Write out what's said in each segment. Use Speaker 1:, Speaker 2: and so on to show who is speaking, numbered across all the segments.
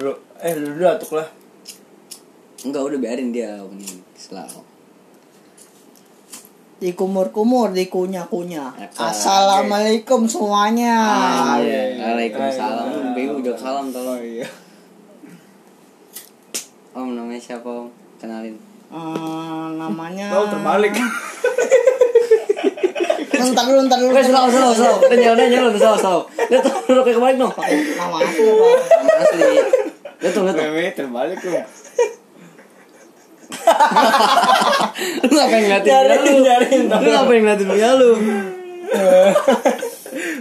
Speaker 1: dulu dulu atuk lah
Speaker 2: Enggak udah biarin dia mending selalu.
Speaker 3: dikumur-kumur, dikunyah-kunyah.
Speaker 2: Apaan,
Speaker 3: Assalamualaikum semuanya.
Speaker 1: Ah, iya.
Speaker 2: Waalaikumsalam.
Speaker 1: Waalaikumsalam.
Speaker 2: Bingung jawab salam tolong.
Speaker 1: iya
Speaker 2: Om namanya siapa om? Kenalin.
Speaker 3: Eh, namanya.
Speaker 1: kau terbalik
Speaker 3: Ntar dulu, ntar dulu.
Speaker 2: Oke, slow, slow, slow. Udah nyala, udah nyala, udah slow, slow. Lihat tuh, udah kayak kebalik dong.
Speaker 3: Nama aku
Speaker 2: Sama
Speaker 3: apa?
Speaker 2: Iya, Asli. Lihat tuh, lihat tuh.
Speaker 1: Wewe terbalik lu
Speaker 2: Lu ngapain ngeliatin punya
Speaker 1: Nyariin,
Speaker 2: lu?
Speaker 1: nyariin.
Speaker 2: Lu ngapain ngeliatin punya lu?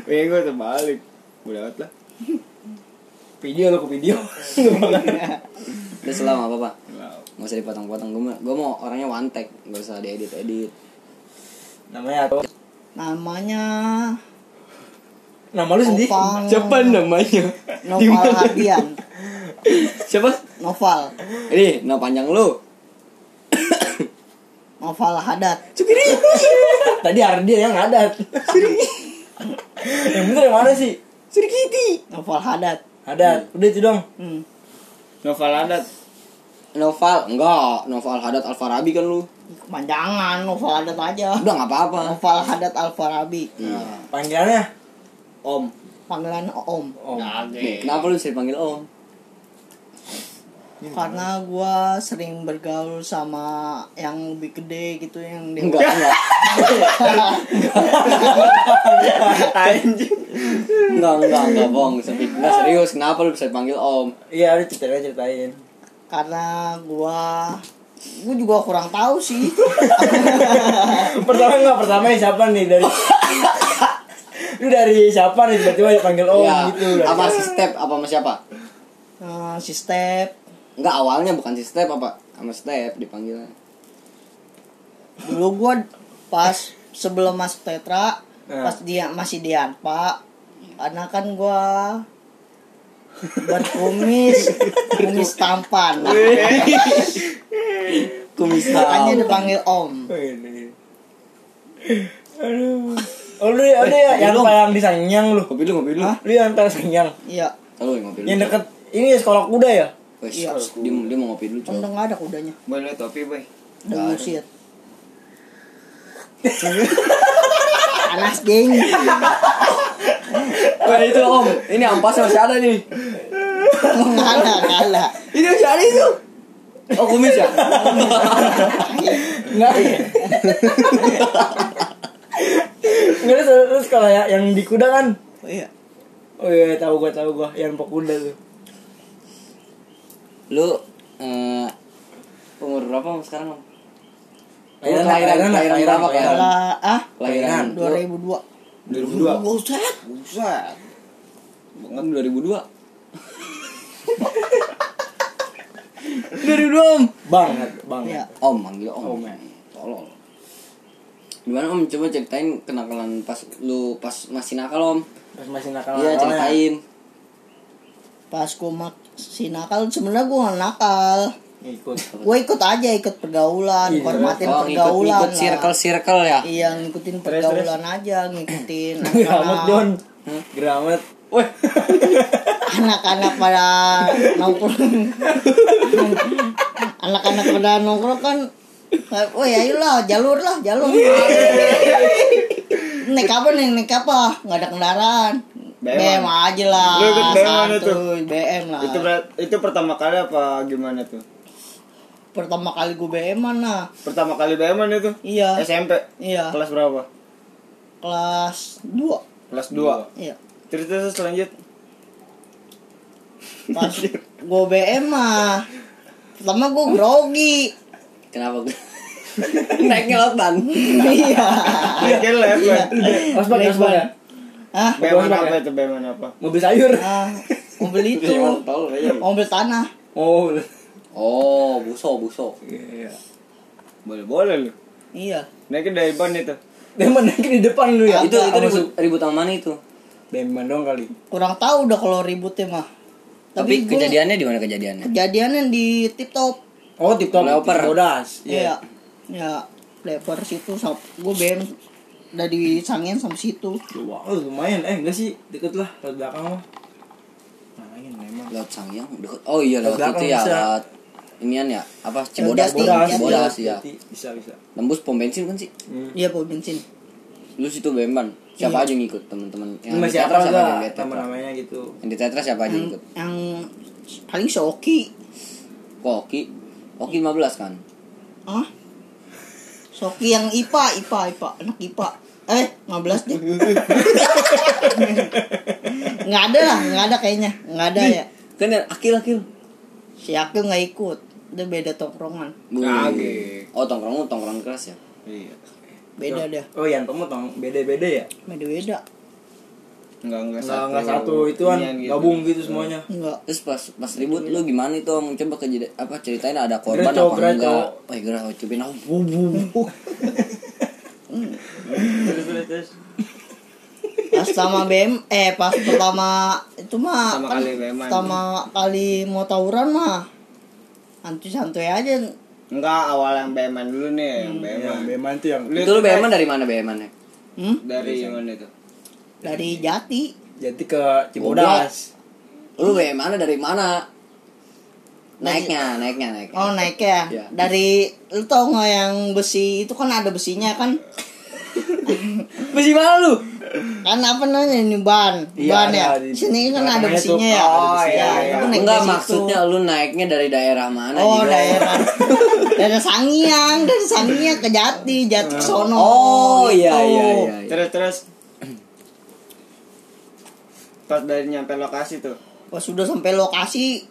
Speaker 1: Wewe gue terbalik Udah banget lah Video lo ke video
Speaker 2: Udah selalu apa apa.
Speaker 1: Wow.
Speaker 2: Gak usah dipotong-potong. Gue mau, gue mau orangnya one take. Gak usah diedit-edit.
Speaker 1: Namanya apa?
Speaker 3: Namanya
Speaker 1: Nama lu sendiri
Speaker 3: Opang.
Speaker 1: Siapa namanya? Di
Speaker 3: Noval
Speaker 1: mana?
Speaker 3: Hardian.
Speaker 1: Siapa?
Speaker 3: Noval,
Speaker 2: Ini, no panjang lu.
Speaker 3: Noval Haddad.
Speaker 1: Cukiri Tadi Ardian yang adat Yang bener yang mana sih? Surikiti
Speaker 3: Noval Haddad.
Speaker 1: Adat Udah itu dong
Speaker 3: Hmm.
Speaker 1: Novel adat
Speaker 2: Noval, enggak. Noval Haddad Alfarabi kan lu.
Speaker 3: Kepanjangan Noval Haddad aja.
Speaker 2: Udah nggak apa-apa.
Speaker 3: Noval Haddad Alfarabi.
Speaker 2: Iya.
Speaker 1: Panggilannya? Oh. Om
Speaker 3: Panggilan Om.
Speaker 1: Om
Speaker 4: Ya.
Speaker 2: Nih, Kenapa lu bisa dipanggil Om?
Speaker 1: Iya.
Speaker 3: Karena gua sering bergaul sama yang lebih gede gitu yang
Speaker 2: Enggak, enggak.
Speaker 1: Anjing
Speaker 2: Enggak, enggak, enggak bohong. Sepi- Enggak serius, kenapa lu bisa dipanggil Om?
Speaker 1: Iya udah ceritain ceritain
Speaker 3: karena gua gua juga kurang tahu sih
Speaker 1: Pertama enggak pertama siapa nih dari Lu dari siapa nih tiba-tiba dipanggil om
Speaker 2: ya,
Speaker 1: gitu dari-
Speaker 2: apa si step apa sama siapa?
Speaker 3: Eh, si step
Speaker 2: Enggak awalnya bukan si step apa sama step dipanggilnya.
Speaker 3: dulu gua pas sebelum masuk tetra
Speaker 4: Eh.
Speaker 1: Nah.
Speaker 3: pas dia masih di Anpa karena kan gua berkumis kumis tampan
Speaker 2: Kumis
Speaker 3: makanya dipanggil om
Speaker 1: Oh, ini. Aduh. Oh lu ya, udah ya, yang apa yang di Sangyang lu.
Speaker 2: Ngopi lu, ngopi lu.
Speaker 1: Lu yang antara Sangyang.
Speaker 3: iya
Speaker 2: Halo, ngopi lu.
Speaker 1: Yang deket ini ya, sekolah kuda ya?
Speaker 2: Wes,
Speaker 3: Iya.
Speaker 2: dia, dia mau ngopi dulu,
Speaker 3: kan udah
Speaker 2: coba.
Speaker 3: nggak ada kudanya
Speaker 4: Boy lu topi boy
Speaker 3: udah ngusir panas geng
Speaker 2: Wah, itu Om. Ini ampasnya masih ada nih.
Speaker 3: kalah kalah
Speaker 2: Ini masih ada itu. Oh, kumis ya?
Speaker 1: Enggak. Enggak terus, terus kalau ya, yang di kuda kan.
Speaker 3: iya
Speaker 1: Oh iya, tahu gua tahu gua yang pok kuda tuh.
Speaker 2: lu eh umur berapa Om, sekarang, Om?
Speaker 1: Lahiran,
Speaker 2: Lu kelahiran,
Speaker 1: lahiran,
Speaker 2: kelahiran
Speaker 1: lahiran,
Speaker 2: berapa, kelahiran?
Speaker 3: Lah, ah
Speaker 2: Kelahiran
Speaker 3: 2002
Speaker 1: 2002.
Speaker 3: Buset.
Speaker 4: Buset
Speaker 2: Banget 2002. 2002 Om.
Speaker 1: Banget, banget.
Speaker 3: Iya.
Speaker 2: Om manggil Om.
Speaker 1: Om, ya.
Speaker 2: Tolol. Gimana Om coba ceritain kenakalan pas lu pas masih nakal Om?
Speaker 1: Pas masih nakal.
Speaker 2: Iya ceritain.
Speaker 3: Pas gue masih nakal sebenarnya gue gak nakal.
Speaker 1: Ikut.
Speaker 3: Gue ikut aja ikut pergaulan,
Speaker 1: Iya.
Speaker 3: hormatin
Speaker 2: Oh, ngikut
Speaker 3: pergaulan.
Speaker 2: ikut
Speaker 3: lah.
Speaker 2: circle circle ya.
Speaker 3: Iya, ngikutin
Speaker 1: Terus,
Speaker 3: pergaulan aja, ngikutin
Speaker 1: Geramet Don.
Speaker 3: anak-anak
Speaker 1: Geramet. Weh.
Speaker 3: anak-anak pada nongkrong. anak-anak pada nongkrong kan kayak, Woi ayolah jalur lah jalur Naik apa nih naik apa Gak ada kendaraan BM,
Speaker 4: BM.
Speaker 3: aja lah
Speaker 4: Lu ikut BM mana tuh?
Speaker 3: santuy, BM lah
Speaker 4: Itu berat- itu pertama kali apa gimana tuh?
Speaker 3: pertama kali gue BM mana
Speaker 4: Pertama kali beman itu?
Speaker 3: nah. iya
Speaker 4: SMP
Speaker 3: iya
Speaker 4: Kelas berapa?
Speaker 3: kelas 2
Speaker 4: Kelas 2
Speaker 3: iya
Speaker 4: Cerita terus lanjut
Speaker 3: pas gue BM mah pertama gue grogi
Speaker 2: Kenapa? Naiknya lautan.
Speaker 3: iya
Speaker 4: Mikir lah ya
Speaker 3: iya
Speaker 4: Boy.
Speaker 1: Osbak,
Speaker 3: Naik
Speaker 1: osbak.
Speaker 3: ban. Hah?
Speaker 4: Beman
Speaker 1: Gua
Speaker 4: apa
Speaker 1: ya?
Speaker 4: itu beman apa?
Speaker 1: Mobil sayur.
Speaker 3: Ah, mobil itu
Speaker 2: Iya,
Speaker 4: Iya.
Speaker 3: mobil tanah
Speaker 1: Oh.
Speaker 2: Oh, buso buso.
Speaker 1: Iya.
Speaker 4: Boleh-boleh lu
Speaker 3: iya
Speaker 4: Naikin dari ban itu
Speaker 1: Demen naikin di depan lu ya.
Speaker 2: Itu itu
Speaker 1: Sama
Speaker 2: ribut ribut sama mana itu?
Speaker 1: Demen dong kali.
Speaker 3: kurang tahu udah kalau ributnya mah
Speaker 2: Tapi,
Speaker 3: gua-
Speaker 2: kejadiannya di mana kejadiannya?
Speaker 3: kejadiannya di tip top
Speaker 1: Oh, tip top
Speaker 2: Leoper.
Speaker 1: bodas.
Speaker 3: iya ya lebar situ gue BM dari sangin sampai situ
Speaker 1: Wah, lumayan. Eh, enggak sih, deket lah ke belakang mah. Lumayan memang.
Speaker 2: Laut Sangyang deket. Oh iya laut
Speaker 1: Belakang
Speaker 2: itu ya
Speaker 1: bisa.
Speaker 2: laut inian ya apa Cibodas
Speaker 3: Jati,
Speaker 2: Bodas
Speaker 3: Jati.
Speaker 2: Bodas ya
Speaker 1: bisa bisa
Speaker 2: nembus pom bensin kan sih
Speaker 3: Iya pom bensin.
Speaker 2: lu situ bemban siapa aja yang ikut teman-teman yang di
Speaker 1: masih
Speaker 2: tetra
Speaker 1: apa
Speaker 2: siapa aja yang di
Speaker 1: enggak
Speaker 2: tetra
Speaker 1: nama-namanya gitu
Speaker 2: yang di tetra siapa aja yang
Speaker 3: Yang,
Speaker 2: ikut
Speaker 3: yang paling Soki.
Speaker 2: koki koki 15 kan
Speaker 3: Hah? Soki yang IPA, IPA, IPA, anak IPA. Eh, 15 deh. Nggak ada lah, nggak ada kayaknya. Nggak ada ya.
Speaker 2: kan ya akil akil
Speaker 3: Si Akil nggak ikut. Dia beda tongkrongan.
Speaker 4: Nah, oke.
Speaker 2: oh tongkrong lu tongkrong keras ya
Speaker 4: Iya.
Speaker 3: Beda dia.
Speaker 1: oh yang temu tong beda-beda ya
Speaker 3: Beda-beda.
Speaker 4: Enggak enggak
Speaker 1: nggak nggak satu itu kan
Speaker 4: Inian gitu.
Speaker 1: gabung gitu semuanya
Speaker 3: Enggak.
Speaker 2: terus pas pas ribut lu gimana itu om coba ke apa ceritain ada korban
Speaker 1: Gereco,
Speaker 2: apa
Speaker 1: gereco.
Speaker 2: enggak oh gerah cobain aku bu bu bu.
Speaker 4: Terus, terus, terus.
Speaker 3: Pas sama BM, eh pas pertama itu mah
Speaker 4: Pertama kali BM-an.
Speaker 3: pertama kali mau tawuran mah santuy-santuy aja
Speaker 4: Enggak awal yang beman dulu nih yang
Speaker 1: yang
Speaker 4: beman.
Speaker 1: Iya, beman itu yang
Speaker 4: Lu
Speaker 2: itu lu beman dari mana beman ya
Speaker 3: hmm?
Speaker 4: dari mana itu?
Speaker 3: dari Jati
Speaker 1: jadi ke Cibodas
Speaker 2: lu beman dari mana naiknya naiknya naiknya
Speaker 3: oh naik ya
Speaker 2: Iya.
Speaker 3: dari lu tau nggak yang besi itu kan ada besinya kan
Speaker 2: besi mana lu
Speaker 3: kan apa namanya ini ban
Speaker 1: Iya,
Speaker 3: ban
Speaker 1: ada
Speaker 3: ya
Speaker 1: di-
Speaker 3: sini kan ada
Speaker 1: belakangnya tuh.
Speaker 3: besinya ya
Speaker 1: Oh,
Speaker 4: iya, iya.
Speaker 3: Lu naik
Speaker 2: enggak
Speaker 3: dari situ.
Speaker 2: maksudnya lu naiknya dari daerah mana
Speaker 3: oh
Speaker 2: juga? ya?
Speaker 3: daerah dari Sangiang dari Sangiang ke Jati Jati ke sono
Speaker 2: oh iya
Speaker 3: gitu.
Speaker 2: iya iya, iya.
Speaker 4: Terus terus. Pas dari nyampe lokasi tuh.
Speaker 3: Pas sudah sampai lokasi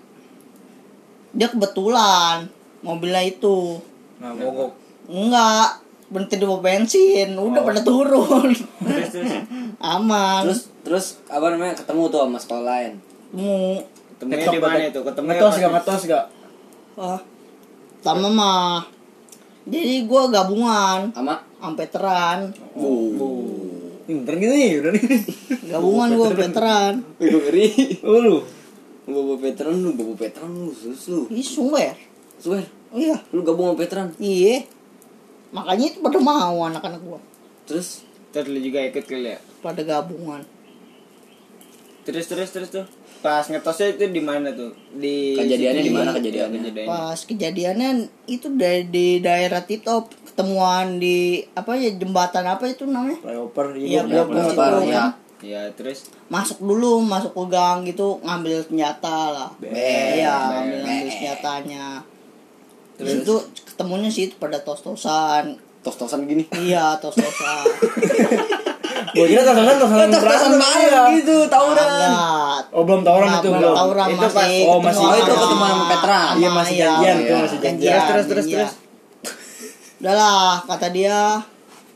Speaker 3: dia kebetulan mobilnya itu
Speaker 1: nah mogok
Speaker 3: enggak berhenti di pom bensin udah pada turun
Speaker 4: Oh. Terus terus.
Speaker 3: aman
Speaker 2: terus terus apa namanya ketemu tuh sama sekolah lain
Speaker 3: mau
Speaker 4: Ketemunya di mana itu? Ketemunya
Speaker 1: ngetos
Speaker 4: pas-
Speaker 1: gak ngetos gak
Speaker 3: ah sama mah jadi gua gabungan
Speaker 2: sama
Speaker 3: ampeteran
Speaker 1: Ih, bener gitu nih bener nih
Speaker 3: gabungan gua ampeteran
Speaker 2: Gue ngeri
Speaker 1: Oh, lu
Speaker 2: Bobo Petran lu, Bobo Petran lu, susu
Speaker 3: ini sumber
Speaker 2: Swear,
Speaker 3: iya
Speaker 2: lu gabung sama Petran
Speaker 3: iya makanya itu pada mau anak-anak gua
Speaker 2: Terus
Speaker 4: Terus lu juga ikut kali ya.
Speaker 3: pada gabungan
Speaker 4: Terus terus terus tuh. Pas ngetosnya itu di mana tuh? Di
Speaker 2: Kejadiannya
Speaker 4: situ
Speaker 2: di mana
Speaker 4: juga?
Speaker 2: kejadiannya?
Speaker 4: Iya, kejadiannya.
Speaker 3: pas kejadiannya itu dari di daerah Titop ketemuan di apa ya jembatan apa itu namanya
Speaker 1: flyover
Speaker 3: Iya,
Speaker 1: ini
Speaker 3: blok
Speaker 1: blok
Speaker 3: blok
Speaker 2: Flyover,
Speaker 3: itu
Speaker 2: ya.
Speaker 3: kan.
Speaker 4: Ya terus
Speaker 3: masuk dulu masuk ke gang gitu ngambil senjata lah iya ngambil ngambil senjatanya terus itu ketemunya sih pada tos-tosan
Speaker 2: tos-tosan gini
Speaker 3: iya tos-tosan
Speaker 1: Gua kira tos-tosan tos-tosan
Speaker 2: Tos-tosan
Speaker 1: berantem
Speaker 2: bareng
Speaker 1: ya.
Speaker 2: gitu, tawuran
Speaker 3: Agak.
Speaker 1: Oh belum tawuran
Speaker 3: Nah,
Speaker 1: itu
Speaker 3: belum
Speaker 1: belum.
Speaker 3: tawuran,
Speaker 1: itu pas
Speaker 3: masih
Speaker 1: oh masih
Speaker 2: ketemuan. Oh, itu
Speaker 1: itu
Speaker 2: ketemu sama Petra.
Speaker 1: Iya, masih janjian, itu masih janjian.
Speaker 4: Terus, terus, terus.
Speaker 3: Udah lah Iya, kata dia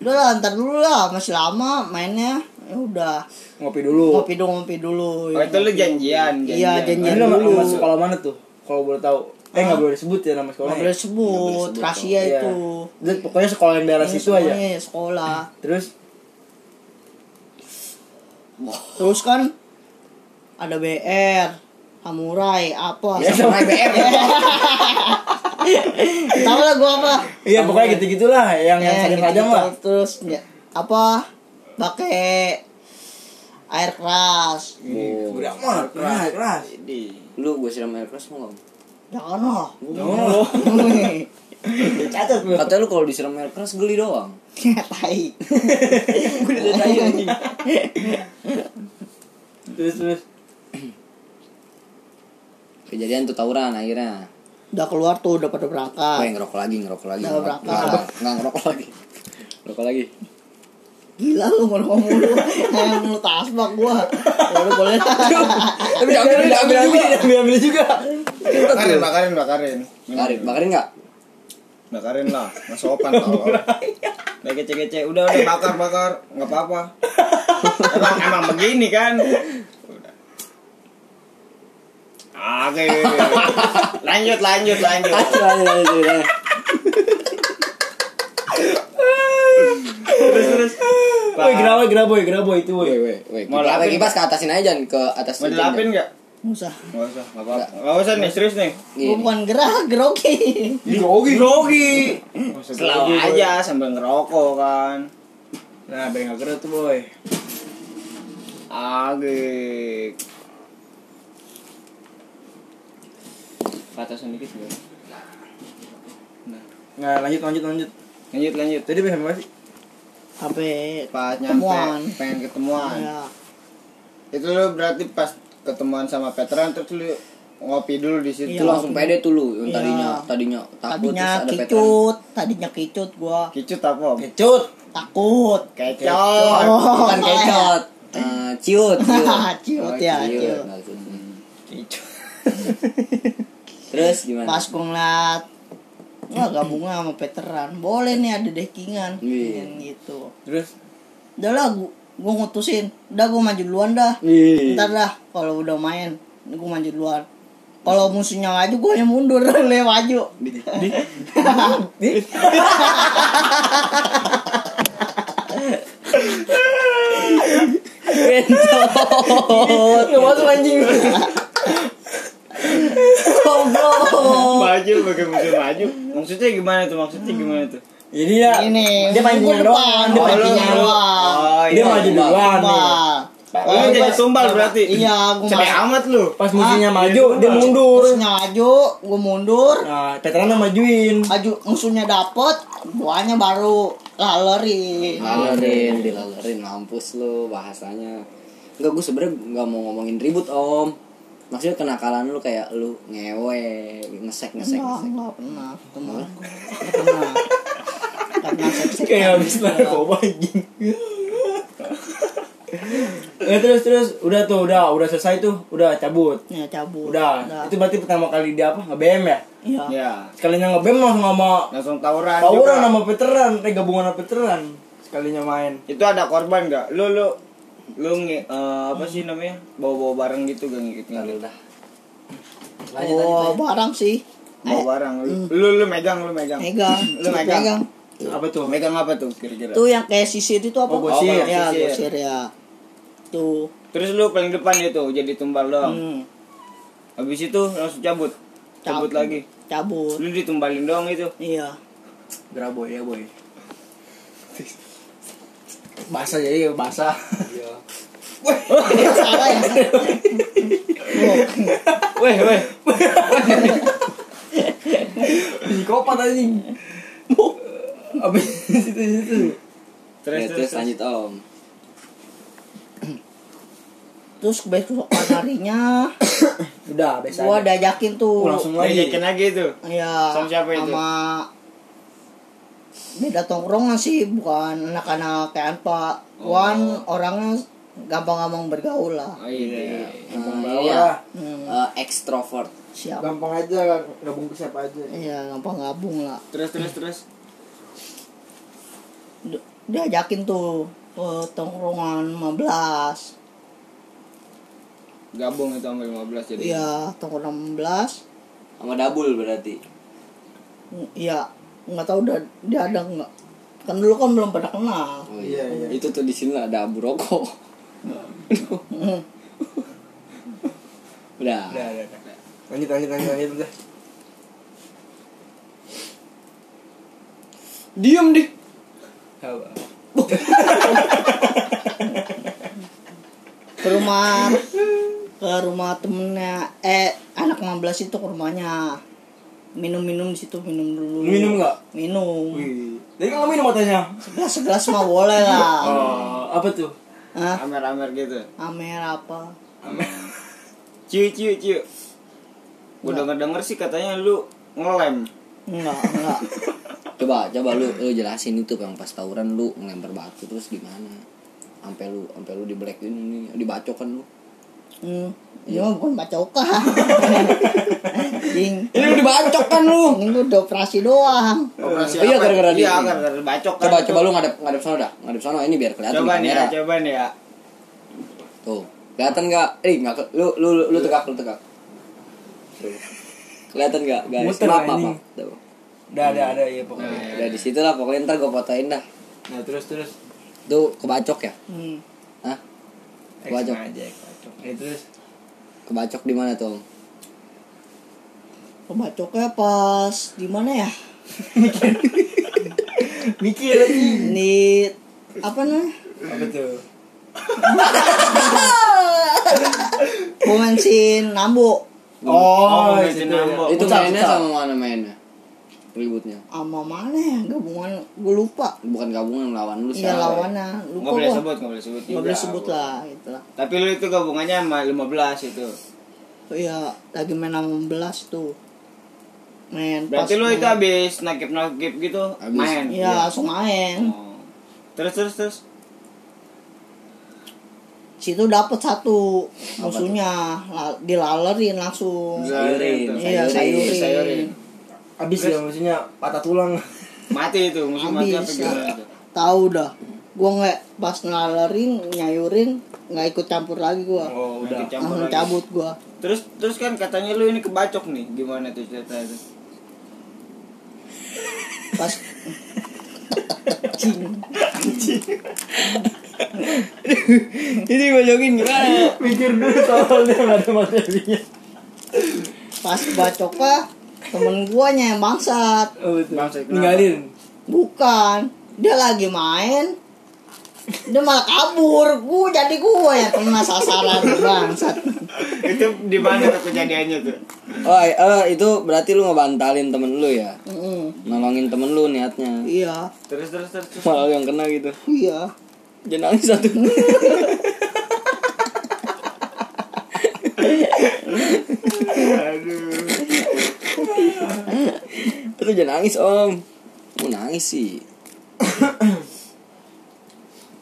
Speaker 3: Udah lah ntar dulu lah masih lama mainnya Ya udah
Speaker 1: ngopi dulu.
Speaker 3: ngopi dulu ngopi dulu gitu.
Speaker 4: Oh itu lu janjian, janjian.
Speaker 3: Iya, janjian.
Speaker 1: Ini
Speaker 3: Iya,
Speaker 1: nama
Speaker 3: dulu.
Speaker 1: nama sekolah mana tuh? Kalau boleh tahu. Eh nggak boleh disebut ya nama
Speaker 3: Nggak
Speaker 1: sekolahnya.
Speaker 3: boleh sebut
Speaker 2: sebut,
Speaker 3: rahasia
Speaker 1: Iya.
Speaker 3: itu
Speaker 1: Jadi pokoknya sekolah yang daerah
Speaker 3: Ini
Speaker 1: situ aja.
Speaker 3: semuanya ya, sekolah
Speaker 1: Terus
Speaker 3: Terus kan ada BR, samurai, apa?
Speaker 2: Ya sama IBR
Speaker 3: Tahu lah gua apa?
Speaker 1: iya pokoknya gitu-gitulah yang yang
Speaker 3: Eh,
Speaker 1: sajang-sajang
Speaker 3: gitu-gitu.
Speaker 1: lah.
Speaker 3: Terus ya, apa? Pakai air keras.
Speaker 1: Udah mah keras keras.
Speaker 4: Jadi
Speaker 2: Lu gue siram air keras mau gak?
Speaker 3: Jangan lah.
Speaker 1: Oh, catat lu.
Speaker 2: Katanya lu kalau disiram air keras geli doang
Speaker 3: Iya, Tai.
Speaker 2: Gue udah tanya anjing
Speaker 1: Terus terus.
Speaker 2: Kejadian tuh tawuran akhirnya
Speaker 3: Udah keluar tuh udah pada
Speaker 2: Gue
Speaker 3: berangkat.
Speaker 2: ngerokok lagi, ngerokok lagi
Speaker 3: Ah. Nggak
Speaker 2: ngerokok-
Speaker 3: berangkat.
Speaker 2: nggak, Nggak ngerokok lagi Ngerokok lagi
Speaker 3: Gila lu ngomong mulu. Kayak lu tasbak gua. Ya lu boleh.
Speaker 2: Tapi diambil, diambil juga
Speaker 1: Ambil ambil juga.
Speaker 4: bakarin, bakarin, bakarin.
Speaker 2: Bakarin, bakarin gak?
Speaker 4: Bakarin lah, nggak sopan kalau. Nah, gece-gece, udah udah bakar bakar, nggak apa-apa. emang emang begini kan. Udah. Ah, Oke, lanjut lanjut lanjut.
Speaker 2: Lanjut, lanjut, lanjut, lanjut.
Speaker 4: Terus terus.
Speaker 1: Woi geraboy geraboy geraboy itu
Speaker 2: Woi,
Speaker 1: woi.
Speaker 2: woi, woi
Speaker 4: Mau
Speaker 2: Kipas-
Speaker 4: dilapin
Speaker 2: Kipas ke atasin aja, Jan, ke atas
Speaker 4: Mau
Speaker 2: cincin,
Speaker 4: dilapin
Speaker 2: Jan.
Speaker 4: nggak?
Speaker 3: Usah.
Speaker 4: Nggak usah, nggak apa-apa. Nggak usah nih, serius nih.
Speaker 3: Gua
Speaker 2: Gini.
Speaker 3: bukan gerak, grogi.
Speaker 1: Grogi grogi.
Speaker 4: Selalu aja sambil ngerokok kan.
Speaker 1: Nah, pengen nggak gerak tuh boy.
Speaker 4: Agik.
Speaker 2: ke atas sedikit gimana?
Speaker 1: Nggak lanjut lanjut lanjut.
Speaker 4: lanjut lanjut
Speaker 1: Tadi pengen apa sih?
Speaker 3: sampai
Speaker 4: pas
Speaker 3: Ketemuan.
Speaker 4: nyampe pengen ketemuan
Speaker 3: ya
Speaker 4: itu lu berarti pas ketemuan sama Veteran terus lu ngopi dulu di situ
Speaker 2: Itu
Speaker 3: Iya.
Speaker 2: langsung pede tuh lu yang
Speaker 3: Iya.
Speaker 2: tadinya tadinya takut terus
Speaker 3: tadinya
Speaker 2: ada veteran.
Speaker 3: kicut tadinya kicut gua
Speaker 4: kicut apa
Speaker 1: Kecut.
Speaker 3: takut
Speaker 4: kecot
Speaker 1: Oh,
Speaker 2: Bukan
Speaker 1: iya.
Speaker 2: kecot. Eh, ciut, ciut.
Speaker 3: Ciut,
Speaker 2: Oh,
Speaker 3: ya, ciut.
Speaker 2: maksudnya.
Speaker 1: Kecut.
Speaker 2: Terus gimana?
Speaker 3: pas gua ngeliat Wah gabungan sama veteran Boleh nih ada dekingan
Speaker 2: Iya.
Speaker 3: Kan gitu
Speaker 1: Terus
Speaker 3: Udah lah gua, gua ngutusin Udah gua maju duluan dah
Speaker 2: Ih.
Speaker 3: Ntar dah kalau udah main Gua maju duluan kalau musuhnya maju gua yang mundur Lu yang maju
Speaker 2: Kentut.
Speaker 1: nggak masuk anjing.
Speaker 2: Goblok.
Speaker 4: maju pakai musuh maju Oh. maksudnya gimana tuh maksudnya gimana tuh
Speaker 1: Jadi ya.
Speaker 3: Ini
Speaker 1: Dia
Speaker 3: gua
Speaker 1: pancingnya
Speaker 3: depan,
Speaker 1: doang. Dia
Speaker 3: gua
Speaker 1: pancingnya
Speaker 3: depan.
Speaker 1: doang.
Speaker 4: oh
Speaker 1: Dia
Speaker 4: iya
Speaker 1: maju duluan nih.
Speaker 3: Wah.
Speaker 4: Oh, lu jadi tumbal berarti
Speaker 3: Iya, gua
Speaker 4: Cewek
Speaker 3: masuk.
Speaker 4: amat lu
Speaker 1: Pas musuhnya maju
Speaker 4: iya,
Speaker 1: dia
Speaker 4: duluan.
Speaker 1: mundur.
Speaker 3: Musuhnya maju, gua mundur.
Speaker 1: Nah, Veteran sama majuin.
Speaker 3: Maju musuhnya dapet, guanya baru lalerin.
Speaker 2: Lalerin, dilalerin mampus lu bahasanya. Enggak gue sebenernya nggak mau ngomongin ribut om. Maksudnya kenakalan lu kayak lu ngewe, ngesek ngesek
Speaker 3: Enggak,
Speaker 2: ngesek.
Speaker 3: enggak pernah ketemu. Enggak pernah. Enggak pernah seks-seks.
Speaker 1: Kayak habis narkoba Iya, anjing. Ya terus terus udah tuh udah udah selesai tuh udah cabut
Speaker 3: Ya cabut.
Speaker 1: udah, itu berarti pertama kali dia apa ngebem ya
Speaker 3: Iya.
Speaker 4: ya
Speaker 1: sekalinya ngebem langsung sama
Speaker 4: langsung tawuran
Speaker 1: tawuran
Speaker 4: juga.
Speaker 1: sama veteran eh gabungan sama veteran sekalinya main
Speaker 4: itu ada korban gak lu lu lu nge- eh, apa sih namanya bawa bawa barang gitu gak ngikut ngikut
Speaker 3: Oh, barang sih.
Speaker 4: bawa barang lu lu, lu megang lu megang
Speaker 3: Megang,
Speaker 4: lu megang
Speaker 3: megang.
Speaker 1: apa tuh
Speaker 4: megang apa tuh kira-kira
Speaker 3: Tuh yang kayak sisir itu apa?
Speaker 1: Oh, gosir.
Speaker 3: Ya,
Speaker 4: Sisir.
Speaker 3: gosir ya. Tuh.
Speaker 4: terus lu paling depan itu jadi tumbal doang
Speaker 3: Hmm,
Speaker 4: habis itu langsung cabut cabut,
Speaker 3: Cabut.
Speaker 4: lagi
Speaker 3: cabut.
Speaker 4: lu ditumbalin doang itu
Speaker 3: Iya.
Speaker 1: Graboy ya boy basah jadi basah
Speaker 3: Salah ya.
Speaker 4: weh weh
Speaker 1: psikopat anjing abis itu itu
Speaker 4: terus
Speaker 2: Ya,
Speaker 4: terus,
Speaker 2: terus lanjut om.
Speaker 3: Terus besok harinya
Speaker 1: udah biasa
Speaker 3: gua
Speaker 1: aja.
Speaker 3: diajakin tuh.
Speaker 1: Oh, langsung
Speaker 4: lagi
Speaker 1: lagi
Speaker 4: yakin Nah, lagi itu
Speaker 3: Iya.
Speaker 4: Sama siapa itu?
Speaker 3: Sama beda tongkrongan sih, bukan anak-anak kayak apa. Wan orangnya gampang-gampang bergaul lah.
Speaker 4: oh, iya.
Speaker 2: Eh,
Speaker 1: bawa
Speaker 2: iya.
Speaker 1: lah
Speaker 3: Hmm,
Speaker 2: Eh, ekstrovert.
Speaker 3: siap.
Speaker 1: gampang aja gabung ke siapa aja
Speaker 3: Iya, gampang gabung lah.
Speaker 4: terus terus terus
Speaker 3: D- diajakin tuh ke tongkrongan 15.
Speaker 4: gabung itu sama 15 jadi
Speaker 3: Iya, tongkrongan 16.
Speaker 2: Sama double berarti.
Speaker 3: Mm, Iya, nggak tahu udah dia ada nggak. Kan dulu kan belum pernah kenal.
Speaker 2: Oh,
Speaker 1: iya iya
Speaker 2: Itu tuh di sini lah ada abu rokok.
Speaker 3: Hmm.
Speaker 2: Udah.
Speaker 1: udah udah udah. lanjut lanjut lanjut lanjut udah
Speaker 2: Diem deh.
Speaker 1: ah.
Speaker 3: Ke rumah ke rumah temennya eh anak 15 itu ke rumahnya. Minum-minum di situ minum dulu.
Speaker 1: Lu minum nggak?
Speaker 3: Minum.
Speaker 1: Wih. Jadi kalau minum matanya?
Speaker 3: Segelas-segelas mah boleh lah.
Speaker 1: Oh, apa tuh?
Speaker 3: Hah?
Speaker 4: amer-amer gitu
Speaker 3: Amer apa?
Speaker 4: ciu ciu ciu gue denger denger sih katanya lu ngelem
Speaker 3: Enggak, enggak.
Speaker 2: Coba coba lu lu jelasin itu yang pas tawuran lu ngelempar batu terus gimana? Sampai lu sampai lu dibelek ini dibacokan lu.
Speaker 3: Hmm. Ini mah bukan bacokan. Jing.
Speaker 2: Ini lu dibacokan lu.
Speaker 3: Ini gua udah operasi doang.
Speaker 4: operasi
Speaker 2: Oh, iya,
Speaker 4: apa?
Speaker 2: gara-gara
Speaker 4: iya
Speaker 2: di-
Speaker 4: gara-gara bacok kan
Speaker 2: Coba
Speaker 4: itu.
Speaker 2: coba lu iya. ngadep ngadep sana dah. Ngadep sana ini biar kelihatan
Speaker 4: coba
Speaker 2: di
Speaker 4: nih ya
Speaker 2: kamera.
Speaker 4: coba nih ya
Speaker 2: Tuh. Kelihatan enggak? Eh, enggak ke- lu lu lu, lu tegak, lu tegak. Tuh. Kelihatan enggak, guys?
Speaker 1: Muter
Speaker 2: Maaf, maaf,
Speaker 1: anjing.
Speaker 2: maaf. Tuh.
Speaker 1: Udah ada ada ya pokoknya.
Speaker 2: Udah di situ lah pokoknya ntar gue fotoin dah.
Speaker 1: Nah, terus terus
Speaker 2: Tuh kebacok ya?
Speaker 3: Hmm.
Speaker 2: Hah?
Speaker 1: action
Speaker 2: Kebacok.
Speaker 1: aja. kebacok. Ya, terus
Speaker 2: Kebacok di mana tuh? Om?
Speaker 3: Pembacoknya pas di mana ya?
Speaker 1: mikir anjing.
Speaker 3: Di apa namanya?
Speaker 1: apa tuh?
Speaker 3: Pom bensin Nambu.
Speaker 1: Oh,
Speaker 4: Oh,
Speaker 1: itu
Speaker 4: itu nambah.
Speaker 2: itu
Speaker 1: Futsal,
Speaker 2: mainnya
Speaker 1: futsal.
Speaker 2: sama mana mainnya ributnya
Speaker 3: sama mana ya gabungan gue lupa
Speaker 2: bukan gabungan lawan lu
Speaker 3: iya
Speaker 2: siapa?
Speaker 3: lawannya
Speaker 4: Nggak
Speaker 3: lupa
Speaker 4: boleh
Speaker 3: gue
Speaker 4: sebut, nggak boleh sebut.
Speaker 3: nggak
Speaker 4: juga.
Speaker 3: boleh sebut lah gitu lah
Speaker 4: Tapi lu itu gabungannya sama 15 itu.
Speaker 3: iya lagi main 16 tuh main
Speaker 4: Berarti
Speaker 3: pas
Speaker 4: lu itu
Speaker 3: main-
Speaker 4: habis nakip-nakip gitu
Speaker 2: Habis.
Speaker 4: main.
Speaker 3: iya langsung main
Speaker 4: Oh. Terus terus terus.
Speaker 3: situ dapat satu musuhnya la- dilalerin langsung
Speaker 2: Sayurin,
Speaker 3: Iya, sayurin.
Speaker 4: sayurin.
Speaker 1: Abis ya maksudnya patah tulang.
Speaker 4: Mati itu, musuh mati apa
Speaker 3: Habis,
Speaker 4: gimana
Speaker 3: ya.
Speaker 4: itu?
Speaker 3: tahu dah gua nggak pas ngelalerin nyayurin nggak ikut campur lagi gua
Speaker 4: Oh, udah campur
Speaker 3: langsung
Speaker 4: lagi.
Speaker 3: cabut gua
Speaker 4: Terus terus kan katanya lu ini kebacok nih. Gimana tuh ceritanya itu?
Speaker 3: pas
Speaker 2: ini bajokin gimana
Speaker 1: Mikir dulu soalnya nggak ada materinya.
Speaker 3: pas bacoka temen guanya yang bangsat
Speaker 1: Oh, betul.
Speaker 4: Bangsat, kenapa?
Speaker 1: Ninggalin.
Speaker 3: bukan dia lagi main dia malah kabur gua jadi gua yang kena sasaran bangsat
Speaker 4: itu di mana tuh kejadiannya tuh?
Speaker 2: oh i- eh, itu berarti lu ngebantalin temen lu ya
Speaker 3: Mm,
Speaker 2: nolongin temen lu niatnya
Speaker 3: iya
Speaker 4: Terus terus terus. terus.
Speaker 2: malah lu yang kena gitu
Speaker 3: iya
Speaker 2: jangan nangis satu
Speaker 4: Aduh.
Speaker 2: Aduh jangan nangis om Mau nangis sih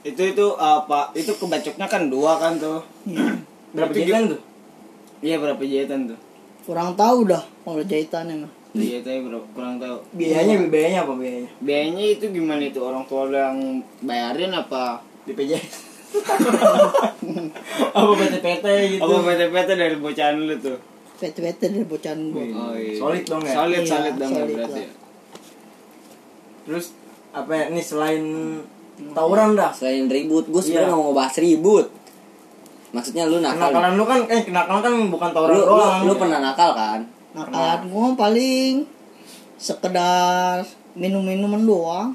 Speaker 4: Itu itu apa? Itu kebacoknya kan dua kan tuh.
Speaker 3: Iya.
Speaker 1: Berapa
Speaker 4: Itu
Speaker 1: jahitan tuh?
Speaker 4: Iya berapa jahitan tuh?
Speaker 3: kurang tahu dah kalau jahitannya mah
Speaker 4: Jahitannya berapa? Kurang tahu.
Speaker 1: Biayanya biayanya apa biayanya?
Speaker 4: Biayanya itu gimana itu orang tua lu yang bayarin apa BPJS?
Speaker 1: apa PT-PT gitu?
Speaker 4: Apa PT-PT Oh, dari bocahan lu tuh?
Speaker 3: pete-pete dari bocahan gua
Speaker 1: Oh, iya. Solid dong ya?
Speaker 4: Solid,
Speaker 3: Iya,
Speaker 4: solid dong ya
Speaker 3: solid
Speaker 4: berarti.
Speaker 3: lah.
Speaker 1: Terus apa ya? Nih selain tawuran dah.
Speaker 2: Selain ribut Gue
Speaker 1: Iya.
Speaker 2: sebenernya nggak mau ngebahas ribut Maksudnya lu nakal
Speaker 1: Kenakalan lu kan eh kenakalan kan bukan tawuran
Speaker 2: Lu, lu,
Speaker 1: doang.
Speaker 2: lu pernah nakal kan
Speaker 3: Nakalan gua paling sekedar minum-minuman doang.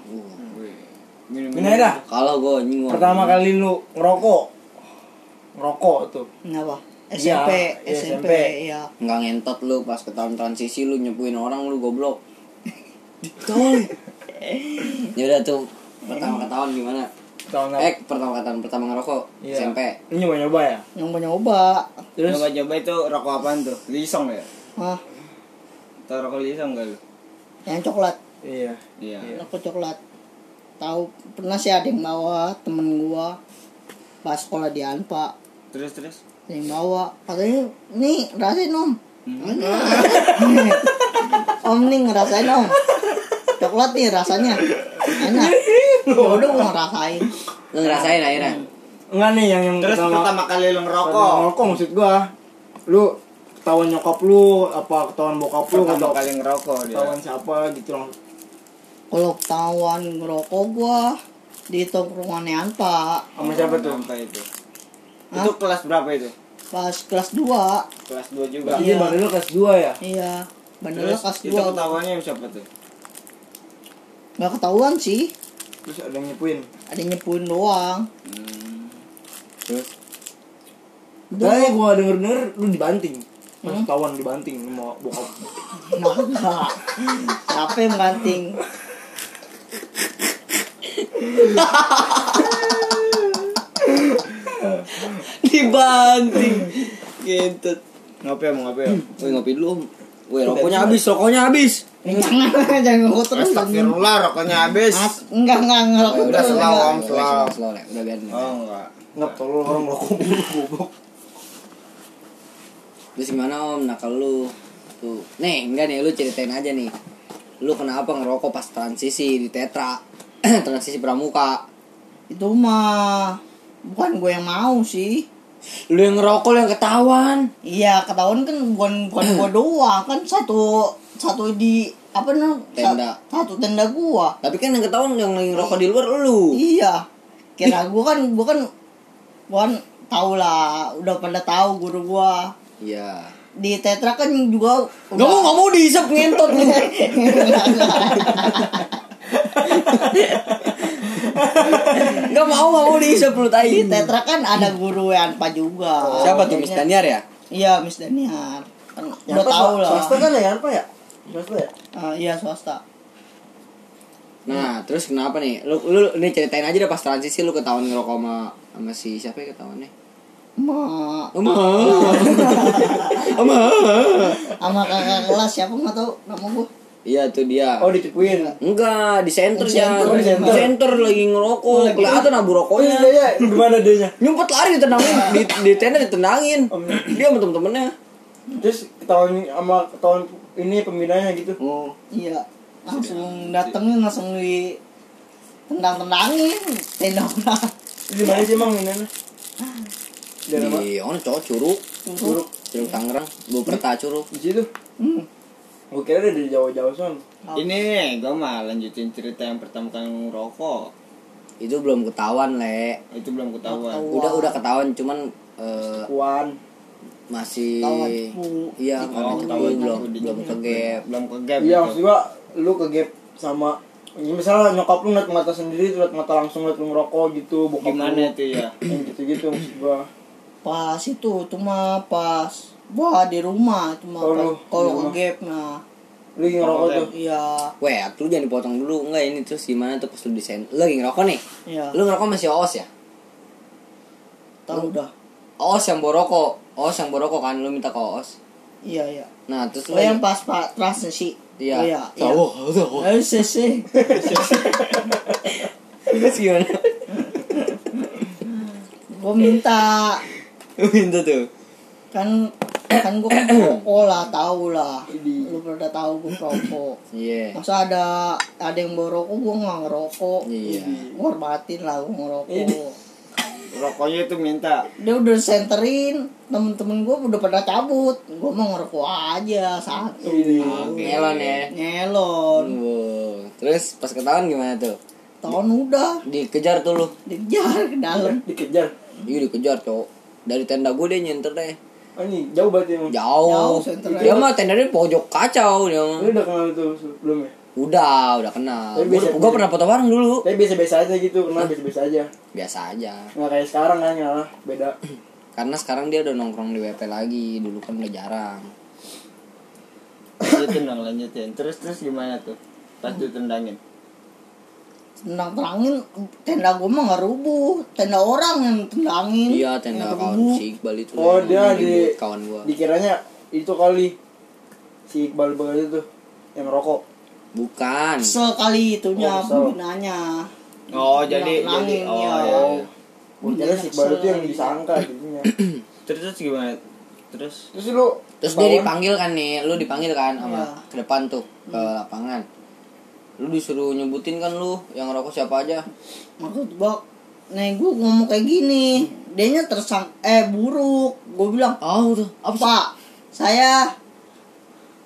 Speaker 4: Wih. Minum,
Speaker 1: Ini dah.
Speaker 2: Kalau gue anjing gua-
Speaker 1: Pertama kali lu ngerokok. Ngerokok tuh.
Speaker 3: Kenapa?
Speaker 1: Iya,
Speaker 3: SMP,
Speaker 1: iya,
Speaker 3: SMP,
Speaker 1: SMP.
Speaker 3: ya.
Speaker 2: nggak ngentot lu pas ke tahun transisi lu nyepuin orang lu goblok betul ya udah tuh pertama ketahuan gimana
Speaker 1: Tahun
Speaker 2: eh pertama ketahuan pertama ngerokok
Speaker 1: Iya.
Speaker 2: SMP
Speaker 1: Lu nyoba-nyoba ya?
Speaker 3: Nyoba-nyoba.
Speaker 1: Terus
Speaker 4: Coba-coba itu rokok apaan tuh? Lisong ya?
Speaker 3: Hah,
Speaker 4: Tau rokok lisong gak lu?
Speaker 3: yang coklat,
Speaker 1: iya.
Speaker 4: Iya.
Speaker 3: aku coklat. Tahu pernah sih ada yang bawa temen gua pas sekolah di Anpa.
Speaker 4: Terus terus.
Speaker 3: Ada yang bawa, katanya, nih rasain om. om nih ngerasain om. Coklat nih rasanya. Enak. Ya udah gua ngerasain.
Speaker 2: lu
Speaker 4: Nah, hmm.
Speaker 2: ngerasain akhirnya
Speaker 1: Enggak nih yang yang
Speaker 4: Terus pertama kali lu
Speaker 1: pertama
Speaker 4: ngerokok.
Speaker 1: ngerokok maksud gua. Lu ketahuan nyokap lu apa ketahuan bokap lu
Speaker 4: Pertama
Speaker 1: atau
Speaker 4: kali ngerokok dia.
Speaker 1: ketahuan siapa gitu loh.
Speaker 3: kalau ketahuan ngerokok gua di tongkrongannya Anpa
Speaker 1: Sama siapa tuh?
Speaker 4: Apa itu?
Speaker 3: Hah?
Speaker 4: Itu kelas berapa itu?
Speaker 3: pas kelas 2
Speaker 4: Kelas 2 juga.
Speaker 1: Berarti
Speaker 3: Iya.
Speaker 1: baru lu kelas 2 ya?
Speaker 3: iya bener
Speaker 4: Terus
Speaker 3: kelas
Speaker 4: itu
Speaker 3: 2
Speaker 4: ketahuannya siapa tuh?
Speaker 3: nggak ketahuan sih
Speaker 1: Terus ada yang nyepuin.
Speaker 3: ada yang nyepuin doang
Speaker 4: Hmm.
Speaker 2: terus
Speaker 1: Soalnya gua denger-denger lu dibanting. Pas
Speaker 2: Hmm?
Speaker 1: ketahuan dibanting sama bokap.
Speaker 3: maka siapa yang banting
Speaker 2: dibanting gitu
Speaker 4: Ngopi om, ngopi om.
Speaker 2: woi ngopi dulu om woi rokoknya habis rokoknya habis
Speaker 3: Eh, jangan jangan ngerokok terus dong.
Speaker 4: Astagfirullah rokoknya habis.
Speaker 3: Mas, enggak enggak ngerokok
Speaker 2: Woi,
Speaker 3: terus
Speaker 4: slow,
Speaker 3: enggak.
Speaker 4: om, slow.
Speaker 2: slow Le. udah biarin Le.
Speaker 4: Oh enggak.
Speaker 1: Ngap tolol orang ngerokok mulu goblok.
Speaker 2: terus gimana om nakal lu tuh nih enggak nih lu ceritain aja nih lu kenapa ngerokok pas transisi di tetra transisi pramuka
Speaker 3: itu mah bukan gue yang mau sih
Speaker 2: lu yang ngerokok lu yang ketahuan
Speaker 3: iya ketahuan kan bukan bukan gue doang kan satu satu di apa namanya
Speaker 2: Tenda.
Speaker 3: satu tenda gua
Speaker 2: Tapi kan yang ketahuan yang lagi ngerokok di luar lu.
Speaker 3: Iya. Kira gue kan gue kan gue kan tau lah udah pada tahu guru gue
Speaker 2: Iya.
Speaker 3: di tetra kan juga udah
Speaker 2: Gak mau gak mau dihisap ngentot lu. Gak mau gak mau dihisap lu tai.
Speaker 3: di tetra kan ada guru Anpa juga
Speaker 2: Siapa tuh Miss
Speaker 3: Miss
Speaker 2: Daniar ya?
Speaker 3: iya Miss Daniar kan udah tahu lah
Speaker 1: Swasta kan ya apa ya? Swasta ya?
Speaker 3: Ah, iya swasta
Speaker 2: Nah, terus kenapa nih? Lu lu nih ceritain aja deh pas transisi lu ketahuan ngerokok sama sama si siapa ya ketahuannya?
Speaker 3: Ma,
Speaker 2: Ama. Ama.
Speaker 3: sama kakak kelas siapa nggak tahu nama gua
Speaker 2: Iya tuh dia.
Speaker 1: Oh dicukuin.
Speaker 2: Enggak, di center
Speaker 3: Di
Speaker 2: ya.
Speaker 3: center,
Speaker 2: Di
Speaker 1: di
Speaker 2: center. lagi ngerokok, kelihatan abu
Speaker 1: Oh iya,
Speaker 2: rokoknya.
Speaker 1: iya, gimana dia
Speaker 2: Nyumpet lari ditendangin, di, di tenda ditendangin.
Speaker 1: Oh, iya.
Speaker 2: Dia sama temen-temennya.
Speaker 1: Terus tahun sama tahun ini pembinanya gitu.
Speaker 2: Oh.
Speaker 3: iya langsung datengin langsung di tendang tendangin tendang orang
Speaker 1: Itu Gimana sih emang ini? Dari mana?
Speaker 2: Di Iya, orang cowok curug,
Speaker 1: Buruk.
Speaker 2: curug Tangerang, Bu Perta curug.
Speaker 1: Di situ.
Speaker 3: hmm.
Speaker 1: Gue kira dia dari jauh-jauh son.
Speaker 4: Ini gue mah lanjutin cerita yang pertama kali ngerokok
Speaker 2: Itu belum ketahuan, Le.
Speaker 4: itu belum ketahuan.
Speaker 3: Ketahuan.
Speaker 2: Udah udah ketahuan cuman eh,
Speaker 1: Kuan.
Speaker 2: masih
Speaker 3: Ketahuan cepu.
Speaker 2: iya karena
Speaker 4: Oh,
Speaker 2: cepu
Speaker 4: ketahuan
Speaker 2: belum
Speaker 4: cepu di-
Speaker 2: belum ke gap
Speaker 4: Belum ke gap.
Speaker 1: Iya maksud
Speaker 4: gitu.
Speaker 1: gua lu ke gap sama ya, misalnya nyokap lu ngeliat mata sendiri, tuh liat mata langsung liat lu ngerokok gitu, bokap
Speaker 4: Gimana
Speaker 1: lu.
Speaker 4: tuh ya?
Speaker 1: Yang gitu-gitu maksud gua.
Speaker 3: pas itu cuma pas wah di rumah cuma
Speaker 1: Oh,
Speaker 3: pas
Speaker 1: lu, di
Speaker 3: kalau
Speaker 1: rumah.
Speaker 3: ke gap nah
Speaker 1: Lu lagi ngerokok tuh.
Speaker 3: iya
Speaker 2: Weh, lu jangan dipotong dulu. Enggak, ini terus gimana tuh pas lu desain? Lu lagi ngerokok nih.
Speaker 3: iya
Speaker 2: Lu ngerokok masih OOS ya?
Speaker 3: tahu dah
Speaker 2: OOS yang boroko. OOS yang boroko kan lu minta ke OOS.
Speaker 3: iya iya
Speaker 2: Nah, terus lu
Speaker 3: oh yang pas pak transisi
Speaker 2: Iya.
Speaker 3: Oh, iya iya
Speaker 2: Tahu, tahu.
Speaker 3: Eh, sih, sih.
Speaker 2: Terus gimana?
Speaker 3: Gua minta
Speaker 2: Lu minta tuh.
Speaker 3: kan kan gue kan perokok lah tahu lah
Speaker 1: Ini.
Speaker 3: lu pada tahu gue perokok
Speaker 2: Iya.
Speaker 3: masa ada ada yang bawa rokok gue nggak ngerokok
Speaker 2: Iya.
Speaker 3: gue hormatin lah gue
Speaker 1: Ini.
Speaker 3: ngerokok
Speaker 4: Rokoknya itu minta.
Speaker 3: dia udah senterin temen-temen gue udah pada cabut gue mau ngerokok aja satu
Speaker 1: Ini.
Speaker 2: Ngelon ya.
Speaker 3: nyelon
Speaker 2: Wow. Terus pas ketahuan gimana tuh?
Speaker 3: tahun udah
Speaker 2: Dikejar tuh lu.
Speaker 3: dikejar ke dalam
Speaker 1: Dikejar.
Speaker 2: Iya, dikejar, Cok. Dari tenda gue dia nyenter deh.
Speaker 1: Ah, Ini jauh banget ya, emang.
Speaker 2: Jauh.
Speaker 3: Jauh, Iya. senternya.
Speaker 2: dia mah tendanya pojok kacau dia mah.
Speaker 1: Lu udah kenal itu sebelumnya?
Speaker 2: Udah, udah kenal.
Speaker 3: Iya,
Speaker 1: Tapi
Speaker 2: Gue
Speaker 1: biasa-
Speaker 2: gua pernah foto bareng dulu.
Speaker 1: Tapi biasa-biasa aja gitu, kenal biasa-biasa aja.
Speaker 2: Biasa aja.
Speaker 1: Nggak kayak sekarang kan, ngalah beda.
Speaker 2: Karena sekarang dia udah nongkrong di WP lagi, dulu kan udah jarang.
Speaker 4: Lanjutin dong, lanjutin. Terus terus gimana tuh? Pas ditendangin.
Speaker 3: tendang terangin tenda gue mah nggak rubuh tenda orang yang tendangin
Speaker 2: Iya, tenda
Speaker 3: Yang
Speaker 2: kawan
Speaker 3: rubuh.
Speaker 2: si Iqbal itu.
Speaker 1: Oh,
Speaker 2: yang
Speaker 1: dia
Speaker 2: ribut
Speaker 1: di-
Speaker 2: kawan gua.
Speaker 1: Dikiranya itu kali si Iqbal Bagas itu yang rokok.
Speaker 2: Bukan.
Speaker 3: kesel kali itunya
Speaker 1: Oh, kesel.
Speaker 3: pembinanya
Speaker 4: Oh, jadi
Speaker 3: Tenang,
Speaker 4: jadi oh
Speaker 3: iya.
Speaker 4: ya.
Speaker 1: Gue kira
Speaker 2: Iya,
Speaker 1: si Iqbal itu yang disangka jadinya.
Speaker 4: Terus terus gimana? Terus
Speaker 1: Terus lu
Speaker 2: Terus dia
Speaker 1: ketahuan,
Speaker 2: dipanggil kan nih, lu dipanggil kan sama
Speaker 3: Iya. Hmm.
Speaker 2: ke depan tuh ke lapangan. Lu disuruh nyebutin kan lu yang rokok siapa aja.
Speaker 3: maksud gua nih gua ngomong kayak gini dianya tersang eh buruk gua bilang
Speaker 2: Oh, tuh. Apa sih?
Speaker 3: pak saya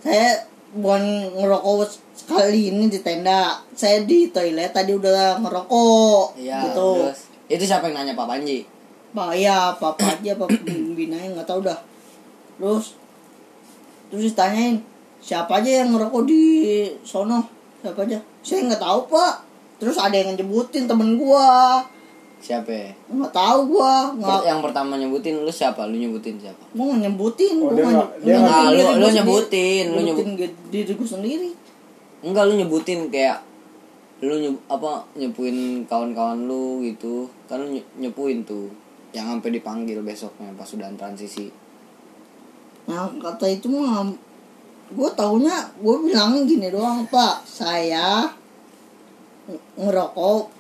Speaker 3: saya bukan ngerokok sekali ini di tenda saya di toilet tadi udah ngerokok
Speaker 2: Iya,
Speaker 3: gitu
Speaker 2: terus. Itu siapa yang nanya Pak Panji?
Speaker 3: pak ya apa apa aja apa pembinanya nggak tahu dah terus terus ditanyain siapa aja yang ngerokok di sono siapa aja saya nggak tahu pak terus ada yang nyebutin temen gua
Speaker 2: Siapa? ya?
Speaker 3: nggak tahu gua nggak
Speaker 2: Per- yang pertama nyebutin lu siapa? Lu nyebutin siapa?
Speaker 3: Gue gak nyebutin,
Speaker 1: Oh,
Speaker 3: gue
Speaker 1: dia
Speaker 3: gak
Speaker 1: nggak- dia
Speaker 3: nyebutin
Speaker 2: nggak- lu-
Speaker 3: diri gua
Speaker 2: lu
Speaker 3: sendiri.
Speaker 2: nyebutin, lu
Speaker 3: nyebutin ge- diri gue sendiri.
Speaker 2: Enggak lu nyebutin kayak lu nyeb, apa nyepuin kawan-kawan lu gitu. Kan lu nye- nyepuin tuh yang sampai dipanggil besoknya pas udah transisi.
Speaker 3: Nah kata itu mah gue taunya gue bilangin gini doang pak saya ng- ngerokok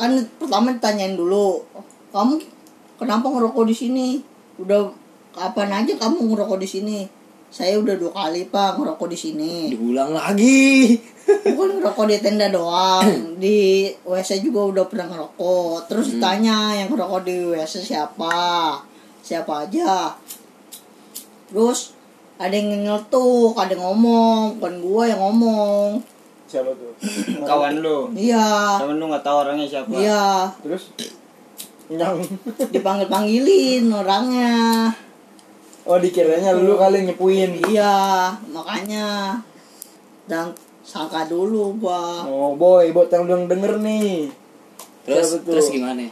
Speaker 3: kan pertama ditanyain dulu kamu kenapa ngerokok di sini udah kapan aja kamu ngerokok di sini saya udah dua kali pak ngerokok di sini
Speaker 2: Diulang lagi.
Speaker 3: bukan ngerokok di tenda doang di WC juga udah pernah ngerokok terus
Speaker 4: Hmm.
Speaker 3: ditanya yang ngerokok di WC siapa siapa aja terus ada yang nyeletuk ada yang ngomong bukan gua yang ngomong
Speaker 1: Siapa tuh?
Speaker 4: kawan lu.
Speaker 3: iya
Speaker 4: Temen lu nggak tahu orangnya siapa.
Speaker 3: iya
Speaker 1: Terus nyang.
Speaker 3: dipanggil panggilin orangnya
Speaker 1: Oh dikiranya lu kali nyepuin.
Speaker 3: iya makanya dan sangka dulu gua
Speaker 1: Oh boy, buat yang belum denger nih.
Speaker 2: Terus
Speaker 1: Siapa tuh?
Speaker 2: terus gimana?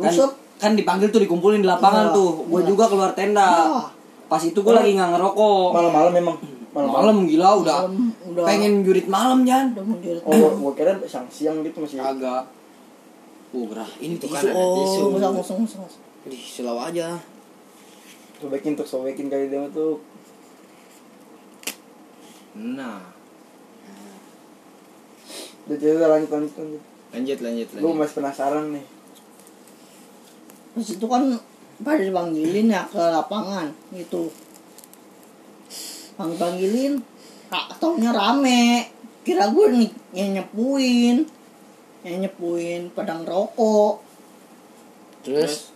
Speaker 3: Yusuf
Speaker 2: kan dipanggil tuh dikumpulin di lapangan
Speaker 3: Iya,
Speaker 2: tuh gue
Speaker 3: iya.
Speaker 2: juga keluar tenda
Speaker 4: Ah.
Speaker 3: Iya.
Speaker 2: pas itu gue lagi nggak ngerokok
Speaker 1: Malam-malam memang. Malam-malam.
Speaker 2: malam gila udah,
Speaker 3: Malam, udah.
Speaker 2: pengen jurit malam Jan
Speaker 3: udah mundur
Speaker 1: Oh, gua, gua kira siang-siang gitu
Speaker 3: Iya.
Speaker 1: masih.
Speaker 2: agak uh gerah ini
Speaker 4: Itu
Speaker 2: tisu
Speaker 3: ya.
Speaker 4: kan ada tisu.
Speaker 2: oh
Speaker 3: usah usah usah usah.
Speaker 2: di selaw aja
Speaker 1: Sobekin tuh, sobekin kali dia tuh.
Speaker 4: Nah,
Speaker 1: Udah cerita lanjut lanjut lanjut.
Speaker 4: lanjut lanjut
Speaker 1: Lu
Speaker 4: lanjut.
Speaker 1: masih penasaran nih.
Speaker 3: Terus itu kan pada dipanggilin ya ke lapangan gitu. Pang panggilin, kak taunya rame. Kira gue nih yang nyepuin, yang nyepuin padang rokok.
Speaker 2: terus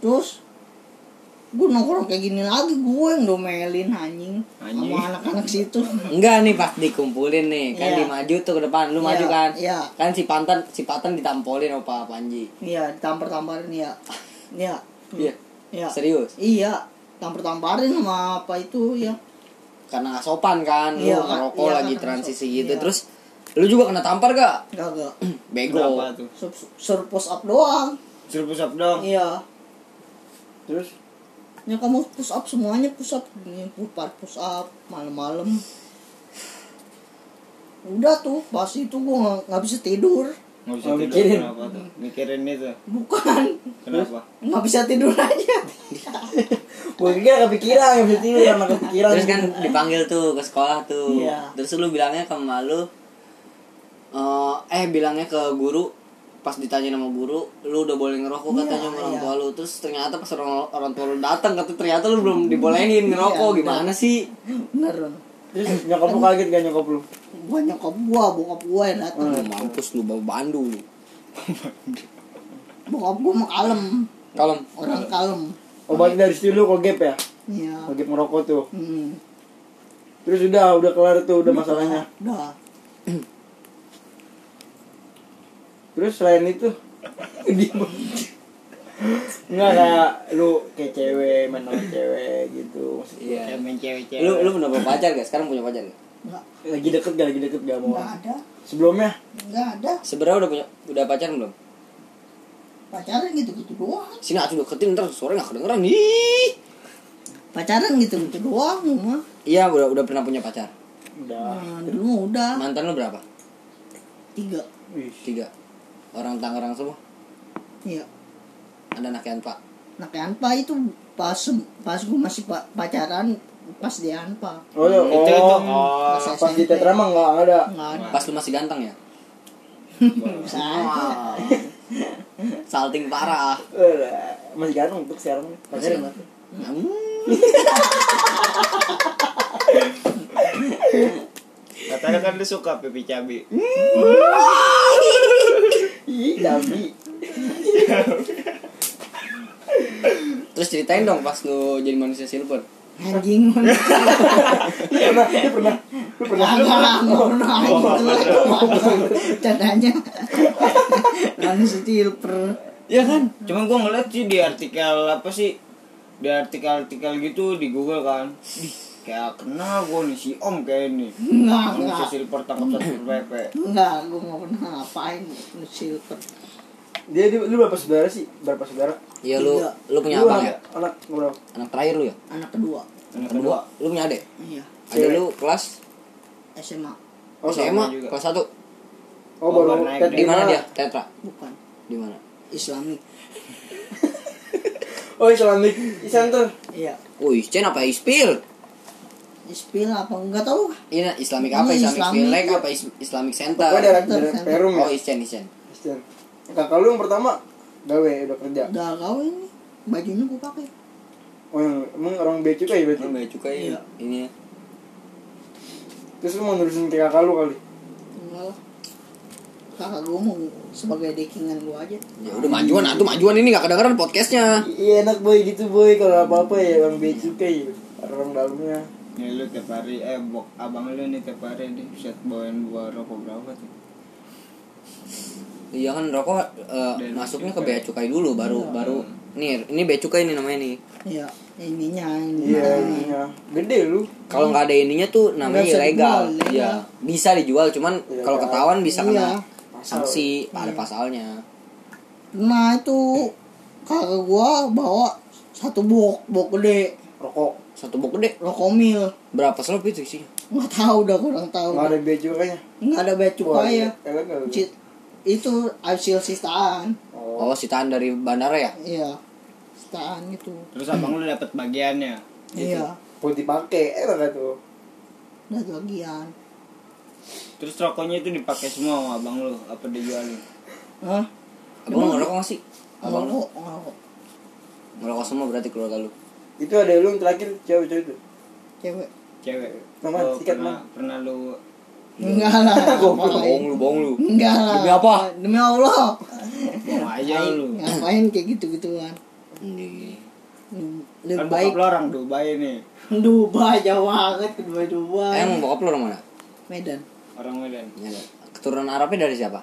Speaker 3: Terus gue nongkrong kayak gini lagi gue yang domelin anjing
Speaker 4: Anjing.
Speaker 3: sama anak-anak situ.
Speaker 2: enggak nih pas dikumpulin nih kan
Speaker 3: Iya.
Speaker 2: di maju tuh ke depan lu
Speaker 3: Iya,
Speaker 2: maju kan
Speaker 3: iya.
Speaker 2: kan si pantan si pantan ditampolin sama Pak Panji
Speaker 3: Iya, ditampar-tamparin ya. Iya.
Speaker 2: iya
Speaker 3: Iya.
Speaker 2: serius
Speaker 3: Iya, tampar-tamparin sama apa itu ya.
Speaker 2: karena nggak sopan kan lu
Speaker 3: Iya, Kak.
Speaker 2: ngerokok
Speaker 3: Iya,
Speaker 2: lagi
Speaker 3: karena
Speaker 2: transisi
Speaker 3: nggak
Speaker 2: gitu
Speaker 3: sopan.
Speaker 2: terus lu juga kena tampar gak
Speaker 3: Gak
Speaker 2: bego
Speaker 4: Berapa tuh?
Speaker 3: sur- surplus up doang.
Speaker 4: Suruh push up dong.
Speaker 3: Iya.
Speaker 1: Terus
Speaker 3: Ya kamu push up semuanya push up ini pupar push up malam-malam. Udah tuh pas itu gua nggak- nggak bisa tidur.
Speaker 4: Nggak bisa
Speaker 1: Oh,
Speaker 4: tidur
Speaker 1: mikirin.
Speaker 4: kenapa tuh? Mikirin itu.
Speaker 3: Bukan
Speaker 4: Kenapa?
Speaker 3: nggak bisa tidur aja.
Speaker 1: gua kira kepikiran, nggak bisa tidur karena kepikiran.
Speaker 2: terus kan dipanggil tuh ke sekolah tuh
Speaker 3: Iya.
Speaker 2: terus lu bilangnya ke emak lu eh, eh bilangnya ke guru pas ditanya sama guru lu udah boleh ngerokok
Speaker 3: Iya,
Speaker 2: katanya sama orang
Speaker 3: iya.
Speaker 2: tua lu terus ternyata pas orang orang tua lu datang kata ternyata lu belum dibolehin ngerokok
Speaker 3: Iya,
Speaker 2: gimana sih
Speaker 3: Beneran.
Speaker 1: Terus nyokap lu kaget gak nyokap lu?
Speaker 3: Gua nyokap gua, bokap gua yang datang.
Speaker 2: Lu mampus lu bawa bandu lu
Speaker 3: Bokap gua mah kalem,
Speaker 2: kalem
Speaker 3: orang kalem.
Speaker 1: Oh balik dari situ lu kogep ya?
Speaker 3: Iya.
Speaker 1: Kogep ngerokok tuh.
Speaker 3: Hmm.
Speaker 1: Terus udah, udah kelar tuh, udah masalahnya.
Speaker 3: Udah.
Speaker 1: Terus selain itu diem. Enggak kayak lu kayak cewek, main sama cewek gitu. Maksudnya,
Speaker 2: iya
Speaker 4: Kayak main cewek-cewek.
Speaker 2: lu lu pernah punya pacar gak sekarang punya pacar gak
Speaker 3: Nggak,
Speaker 1: Lagi deket gak, lagi deket gak mau.
Speaker 3: nggak ada.
Speaker 1: Sebelumnya
Speaker 3: Nggak ada.
Speaker 2: sebenarnya udah punya udah pacar belum
Speaker 3: Pacaran gitu-gitu doang.
Speaker 2: sini aku deketin ntar sore gak kedengeran ih
Speaker 3: Pacaran gitu-gitu doang mah.
Speaker 2: iya udah udah pernah punya pacar
Speaker 1: udah.
Speaker 3: Nah, dulu udah
Speaker 2: mantan lu berapa
Speaker 3: tiga.
Speaker 1: Wih,
Speaker 2: tiga orang Tangerang semua
Speaker 3: Iya.
Speaker 2: ada anak yang pak
Speaker 3: Nah, ke Anpa itu pas pas gue masih pa- pacaran pas di Anpa.
Speaker 1: Oh, iya.
Speaker 4: Itu, itu.
Speaker 1: oh,
Speaker 3: Pas
Speaker 1: pas di
Speaker 3: SMP.
Speaker 1: tetra mah nggak ada.
Speaker 3: Enggak ada.
Speaker 2: pas lu masih ganteng ya
Speaker 3: Bisa aja.
Speaker 2: salting parah
Speaker 1: Eh, Masih ganteng untuk sekarang. Pacaran mati.
Speaker 4: Katanya kan lu suka pipi cabi.
Speaker 1: Ih, jambi.
Speaker 2: terus ceritain dong pas lu jadi manusia silver
Speaker 3: Anjing.
Speaker 1: Dia pernah, dia pernah, lu pernah.
Speaker 3: Enggak pernah gitu. Tadanya. Lalu silver.
Speaker 2: ya kan
Speaker 4: Cuma Iya gua ngeliat sih di artikel apa sih di artikel-artikel gitu di Google kan. Ih, Kayak kenal gua nih si Om kayak ini.
Speaker 3: Enggak,
Speaker 4: Manusia
Speaker 3: enggak.
Speaker 4: silver tangkap satu PP.
Speaker 3: Enggak, gue nggak pernah ngapain lalu silver.
Speaker 1: Dia, dia- lu berapa saudara sih? Berapa saudara?
Speaker 2: ya lu
Speaker 3: Iya.
Speaker 2: lu punya
Speaker 1: Lu
Speaker 2: abang ya
Speaker 1: anak, anak berapa?
Speaker 2: anak terakhir lu ya
Speaker 3: Anak kedua.
Speaker 4: Anak
Speaker 2: kedua lu punya adik
Speaker 3: Iya.
Speaker 2: adik
Speaker 1: Cewek.
Speaker 2: lu kelas
Speaker 3: SMA
Speaker 1: Oh,
Speaker 2: SMA
Speaker 1: sama.
Speaker 4: juga.
Speaker 2: kelas satu
Speaker 1: Oh,
Speaker 4: Oh,
Speaker 1: baru
Speaker 4: baru naik
Speaker 1: tet-
Speaker 4: deh.
Speaker 2: di mana dia tetra
Speaker 3: bukan
Speaker 2: di mana
Speaker 3: Islamic.
Speaker 1: Oh, Islamic Center.
Speaker 3: Iya.
Speaker 2: Wih, Chen apa Ispil?
Speaker 3: Ispil apa enggak tahu.
Speaker 2: Ini Islamic apa?
Speaker 3: Iya,
Speaker 2: Islamic
Speaker 3: Islamic.
Speaker 2: Village apa Is- Islamic Center?
Speaker 1: Pokoknya daerah daerah
Speaker 3: Center.
Speaker 1: Perum ya.
Speaker 2: Oh, Ischen, Ischen.
Speaker 1: Christian. Kakak lu yang pertama gawe udah kerja.
Speaker 3: Udah kau ini bajunya gue pakai.
Speaker 1: Oh, yang, emang orang bea cukai ya berarti.
Speaker 2: Lu banyak juga ya
Speaker 3: Iya.
Speaker 2: ini. ya.
Speaker 1: Terus lu mau nurusin ke kakak lu kali.
Speaker 3: Enggak lah. Kakak gue mau sebagai dekingan gue aja.
Speaker 2: Ya udah majuan, atuh majuan ini nggak kedengeran podcastnya.
Speaker 1: I- Iya enak boy gitu boy kalau apa apa ya orang bea cukai orang dalamnya.
Speaker 4: Nih lu tiap hari eh bok abang lu nih tiap hari nih set bawain buah rokok berapa tuh?
Speaker 2: Iya kan rokok eh,
Speaker 4: Dan
Speaker 2: masuknya ke
Speaker 4: cukai.
Speaker 2: bea cukai dulu baru baru nih ini bea cukai nih namanya nih.
Speaker 3: Iya. Ininya ini.
Speaker 1: Iya
Speaker 2: Nah.
Speaker 1: iya. Gede lu.
Speaker 2: Kalau nggak ada ininya tuh namanya
Speaker 3: Nggak bisa
Speaker 2: ilegal.
Speaker 3: dijual,
Speaker 2: Iya. Bisa dijual cuman
Speaker 1: Ilegal.
Speaker 2: kalau ketahuan bisa
Speaker 3: Iya.
Speaker 2: kena sanksi ada pasalnya.
Speaker 3: Nah itu kakak gua bawa satu box, box gede
Speaker 1: rokok
Speaker 2: Satu box gede.
Speaker 3: rokok mil.
Speaker 2: Berapa slop itu isinya?
Speaker 3: Nggak tahu dah kurang tahu.
Speaker 1: nggak ada iya. biaya cukainya
Speaker 3: Nggak ada bea cukai ya.
Speaker 1: kalian nggak ada biaya.
Speaker 3: Ci- Itu hasil sitaan.
Speaker 1: oh
Speaker 2: Oh, sitaan dari bandara ya?
Speaker 3: Iya. Sitaan itu.
Speaker 4: Terus abang lu dapet bagiannya.
Speaker 3: Iya.
Speaker 1: pun dipakai eh lah tuh
Speaker 3: Udah bagian.
Speaker 4: Terus rokoknya itu dipakai semua sama abang lu apa dijualin?
Speaker 3: Hah?
Speaker 2: Abang ngerokok nggak sih? Abang lu
Speaker 3: Ngerokok, ngerokok.
Speaker 2: ngerokok semua berarti keluarga lu.
Speaker 1: itu ada lu yang terakhir cewek cewek itu
Speaker 3: Cewek.
Speaker 4: Cewek.
Speaker 1: Teman,
Speaker 4: Lu
Speaker 1: sikat,
Speaker 4: pernah, pernah lu
Speaker 3: Enggak lah.
Speaker 2: Bohong
Speaker 3: ngapain.
Speaker 2: lu, bohong lu.
Speaker 3: Enggak lah.
Speaker 2: Demi apa?
Speaker 3: Demi Allah.
Speaker 4: mau aja lu.
Speaker 3: Ngapain kayak gitu-gituan.
Speaker 2: Ini.
Speaker 4: Kan
Speaker 3: Lebih baik
Speaker 4: baik. lu orang Dubai nih.
Speaker 3: Dubai jauh banget ke Dubai Dubai.
Speaker 2: Emang bokap lu orang mana?
Speaker 3: Medan.
Speaker 4: Orang Medan.
Speaker 2: Ya, Keturunan Arabnya dari siapa?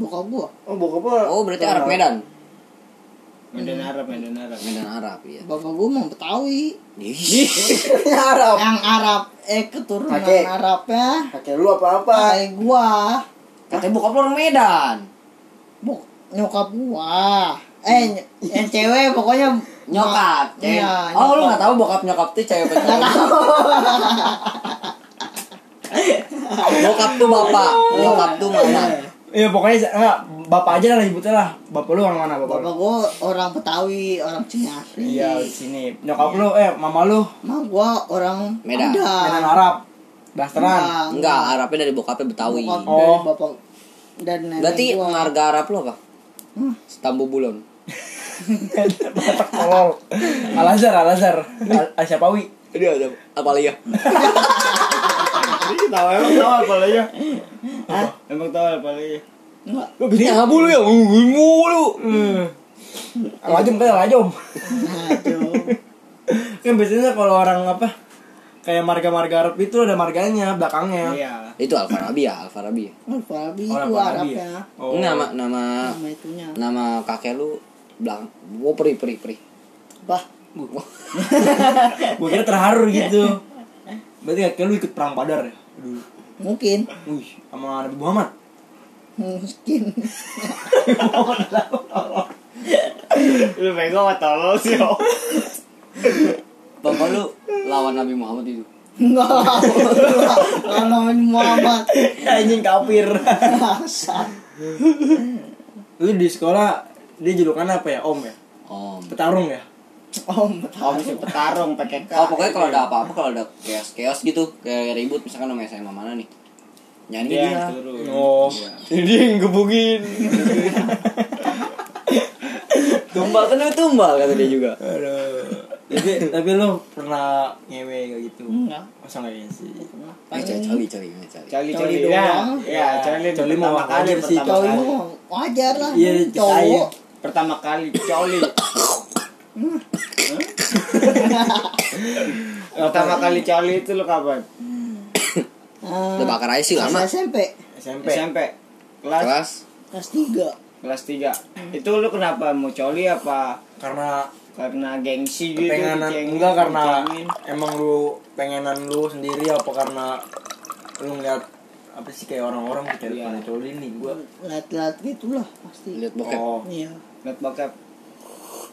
Speaker 3: Bokap gua.
Speaker 1: oh bokap Nah, apa
Speaker 2: Oh, berarti Arab Medan.
Speaker 4: Medan Arab, Medan Arab.
Speaker 2: Medan Arab, iya.
Speaker 3: Bapak Eh, gua mau Betawi.
Speaker 2: Ih.
Speaker 1: Arab
Speaker 3: Yang Arab eh keturunan
Speaker 1: Kakek.
Speaker 3: Arabnya
Speaker 1: kakek lu apa apa
Speaker 2: Ah, iya.
Speaker 3: kayak gua.
Speaker 2: Katanya bokap lu orang Medan.
Speaker 3: Bok nyokap gua. Eh ny- yang cewek pokoknya
Speaker 2: Nyokap, cewek.
Speaker 3: Iya,
Speaker 2: oh, lu
Speaker 3: nyokap.
Speaker 2: nggak tahu bokap nyokap tuh cewek apa cowok? bokap tuh bapak, nyokap tuh mama.
Speaker 1: Iya pokoknya enggak bapak aja lah nyebutnya lah. Bapak lu orang mana bapak? lu?
Speaker 3: Bapak gua orang Betawi, orang Cinyasri.
Speaker 1: Iya di sini. Nyokap lu eh mama lu
Speaker 3: Mak gua orang
Speaker 2: Medan.
Speaker 1: Medan Arab.
Speaker 4: Iya.
Speaker 1: Blasteran.
Speaker 3: Enggak,
Speaker 2: Enggak, Arabnya dari bokapnya Betawi.
Speaker 3: Bokap
Speaker 1: Oh.
Speaker 3: dari bapak dan nenek
Speaker 2: Berarti
Speaker 3: gua.
Speaker 2: marga Arab lu apa?
Speaker 3: Hmm.
Speaker 2: Stambu Bulon.
Speaker 1: Batak tolol. Al Azhar, Al Azhar. Al Asyapawi.
Speaker 2: Dia ada apa ya?
Speaker 4: Jadi tahu emang tahu apa lu ya? Emang tahu apa lu ya?
Speaker 3: Enggak.
Speaker 1: Lu bini.
Speaker 2: Ini abu lu ya, ungu lu.
Speaker 1: Al Ajum kan Al Ajum.
Speaker 3: Aduh.
Speaker 1: Kan biasanya kalau orang apa kayak marga-marga Arab itu ada marganya belakangnya.
Speaker 4: Iya.
Speaker 2: Itu Al Farabi ya, Al Farabi. ya?
Speaker 3: Alfarabi
Speaker 1: Orang
Speaker 3: itu
Speaker 1: Arab
Speaker 3: Arabnya.
Speaker 1: ya.
Speaker 2: Ini Nama nama
Speaker 3: Nama itunya.
Speaker 2: nama kakek lu belang. Oh, peri peri peri.
Speaker 3: Bah,
Speaker 1: Gue kira terharu
Speaker 2: Iya.
Speaker 1: gitu. Berarti kakek lu ikut perang Badar ya? Dulu.
Speaker 3: mungkin.
Speaker 1: Wih, sama Nabi Muhammad.
Speaker 3: Mungkin.
Speaker 4: Lu bego sama tolol sih. Om.
Speaker 2: Bapak lu lawan Nabi Muhammad itu.
Speaker 3: Enggak. Kalau namanya Muhammad.
Speaker 1: Anjing kafir.
Speaker 3: Dasar.
Speaker 1: Lu di sekolah dia julukan apa ya? Om ya?
Speaker 2: Om.
Speaker 1: Petarung ya?
Speaker 3: Om,
Speaker 4: Om si petarung pakai
Speaker 2: Oh, pokoknya kalau ada apa-apa kalau ada chaos-chaos gitu, kayak ribut misalkan sama SMA mana nih. Nyanyi dia.
Speaker 4: dia yang turun.
Speaker 1: Iya. Oh.
Speaker 2: Dia yang gebugin. tumbal kan lu tumbal kata dia juga.
Speaker 1: Aduh. Tapi, tapi lu pernah ngewe kayak gitu?
Speaker 3: Enggak.
Speaker 1: Masa enggak ya sih?
Speaker 2: Eh, coli coli coli coli.
Speaker 4: Cali
Speaker 3: Coli
Speaker 4: coli
Speaker 3: doang.
Speaker 4: ya.
Speaker 1: Iya.
Speaker 4: Ya, coli
Speaker 1: Coli
Speaker 4: pertama
Speaker 1: mah
Speaker 4: kali
Speaker 1: wajar sih,
Speaker 4: pertama
Speaker 3: Cowok
Speaker 4: kali.
Speaker 3: itu wajar lah.
Speaker 1: Iya,
Speaker 3: cowok.
Speaker 4: Pertama kali coli. Pertama kali coli itu lu kapan?
Speaker 3: Eh,
Speaker 2: Udah bakar aja sih
Speaker 3: pas
Speaker 2: lama.
Speaker 3: SMP
Speaker 1: SMP.
Speaker 4: SMP. Kelas
Speaker 2: Kelas
Speaker 3: kelas 3.
Speaker 4: kelas 3. Itu lu kenapa mau coli apa?
Speaker 1: Karena
Speaker 4: Karena gengsi gitu.
Speaker 1: pengenan
Speaker 4: dicengin,
Speaker 1: enggak karena
Speaker 4: dicengin.
Speaker 1: emang lu pengenan lu sendiri apa karena lu ngeliat apa sih kayak orang-orang gitu
Speaker 4: Iya.
Speaker 1: pada coli nih gua.
Speaker 3: Lat-lat gitulah pasti.
Speaker 2: lihat bokep.
Speaker 1: Oh.
Speaker 3: Iya.
Speaker 4: Lihat bokep.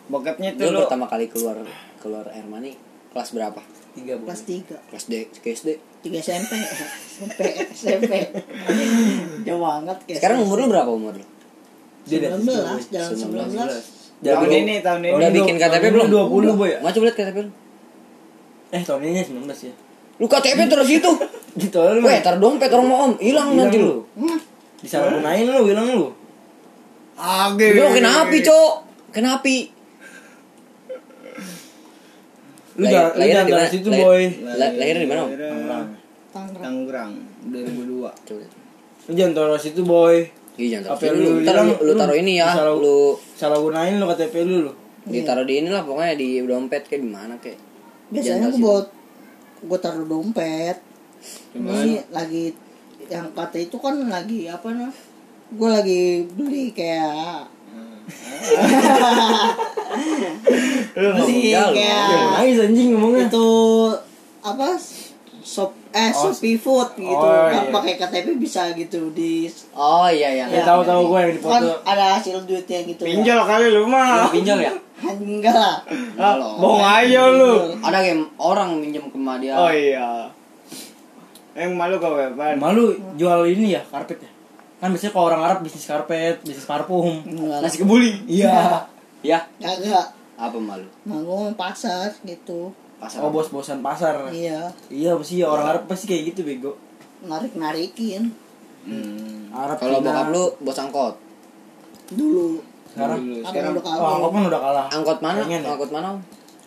Speaker 4: Bokepnya itu
Speaker 2: Lu
Speaker 4: lu
Speaker 2: pertama kali keluar keluar air mani kelas berapa?
Speaker 1: Tiga boleh.
Speaker 3: Kelas 3.
Speaker 2: Kelas D, kelas D.
Speaker 3: 3 SMP. SMP, SMP. Jauh banget kayak.
Speaker 2: Sekarang umur lu berapa umur lu?
Speaker 1: Dia di atas
Speaker 3: 19,
Speaker 1: gua,
Speaker 3: jangan 19.
Speaker 1: boy.
Speaker 4: tahun
Speaker 1: Jangan-
Speaker 4: ini tahun ini.
Speaker 2: Udah bikin
Speaker 1: dua-
Speaker 2: KTP
Speaker 1: tahun ini
Speaker 2: belum?
Speaker 1: 20, Boy.
Speaker 2: Mau coba lihat KTP lu.
Speaker 1: Eh tahun ini 19 ya.
Speaker 2: Lu KTP terus itu.
Speaker 1: Gitu aja lu.
Speaker 2: Weh, tar dompet orang mau om, hilang nanti
Speaker 1: Hilang
Speaker 2: lu.
Speaker 3: Hmm.
Speaker 1: Disalahgunain lu, hilang lu.
Speaker 4: Oke.
Speaker 2: Lu kena api, Cok. Kena api.
Speaker 1: Lu
Speaker 2: Lahir-
Speaker 1: jangan lu
Speaker 2: lahirnya
Speaker 1: jangan
Speaker 2: di
Speaker 1: dari
Speaker 2: mana?
Speaker 1: situ,
Speaker 2: Lahir-
Speaker 1: boy.
Speaker 2: La- lahir di mana, Om? Nah,
Speaker 4: Tangerang.
Speaker 3: Tangerang.
Speaker 4: Tangerang 2002.
Speaker 2: Coba lihat.
Speaker 1: Lu jangan dari situ, boy.
Speaker 2: Iya jangan
Speaker 1: Apa
Speaker 2: taruh sini.
Speaker 1: lu
Speaker 2: Lu, ntar lu,
Speaker 1: bilang,
Speaker 2: lu
Speaker 1: lu
Speaker 2: taruh ini ya.
Speaker 1: bisa lu-
Speaker 2: Lu
Speaker 1: Salah gunain lu KTP lu lu.
Speaker 2: ditaruh di inilah pokoknya di dompet kayak di mana kayak.
Speaker 1: Iya,
Speaker 2: Jangan
Speaker 3: Biasanya gue buat gue taruh dompet. Ini lagi yang kata itu kan lagi apa nah? Gue lagi beli kayak
Speaker 2: ngomong
Speaker 3: beli
Speaker 1: Jangan
Speaker 2: galau.
Speaker 3: kayak
Speaker 1: Iya, nangis anjing ngomongnya.
Speaker 3: itu apa? Sop eh
Speaker 1: Oh,
Speaker 3: Shopee Food gitu
Speaker 1: oh, iya.
Speaker 3: kan pakai KTP bisa gitu di
Speaker 2: Oh iya iya.
Speaker 1: Ya, tahu-tahu gue yang
Speaker 3: kan
Speaker 1: dipoto.
Speaker 3: ada hasil duitnya gitu ya.
Speaker 4: Pinjol kali lu
Speaker 2: Lu
Speaker 4: mah.
Speaker 2: pinjol ya?
Speaker 3: Ah, enggak lah
Speaker 4: Ah,
Speaker 2: Halo.
Speaker 4: Bohong aja lu.
Speaker 2: Ada game orang minjem ke
Speaker 1: Ya.
Speaker 2: dia.
Speaker 4: Oh iya. Yang malu kau kapan?
Speaker 1: Malu jual ini ya karpet ya. Kan biasanya kalau orang Arab bisnis karpet, bisnis parfum.
Speaker 3: enggak lah.
Speaker 2: Nasi kebuli.
Speaker 1: Iya.
Speaker 2: Ya,
Speaker 3: kagak
Speaker 2: apa malu?
Speaker 3: nah gue mau pasar gitu
Speaker 2: Pasar.
Speaker 1: Oh bos-bosan pasar.
Speaker 3: iya
Speaker 1: Iya pasti ya orang Arab pasti kayak gitu bego.
Speaker 3: narik narikin
Speaker 4: Hmm.
Speaker 1: Arab
Speaker 2: Kalau
Speaker 1: Cina.
Speaker 2: bokap lu bos angkot.
Speaker 3: dulu
Speaker 1: sekarang
Speaker 4: Dulu,
Speaker 3: apa
Speaker 4: sekarang
Speaker 3: udah
Speaker 1: oh, angkot
Speaker 3: kagak
Speaker 1: pun udah kalah.
Speaker 2: Angkot mana?
Speaker 1: Pengen ya?
Speaker 2: Angkot mana? Om?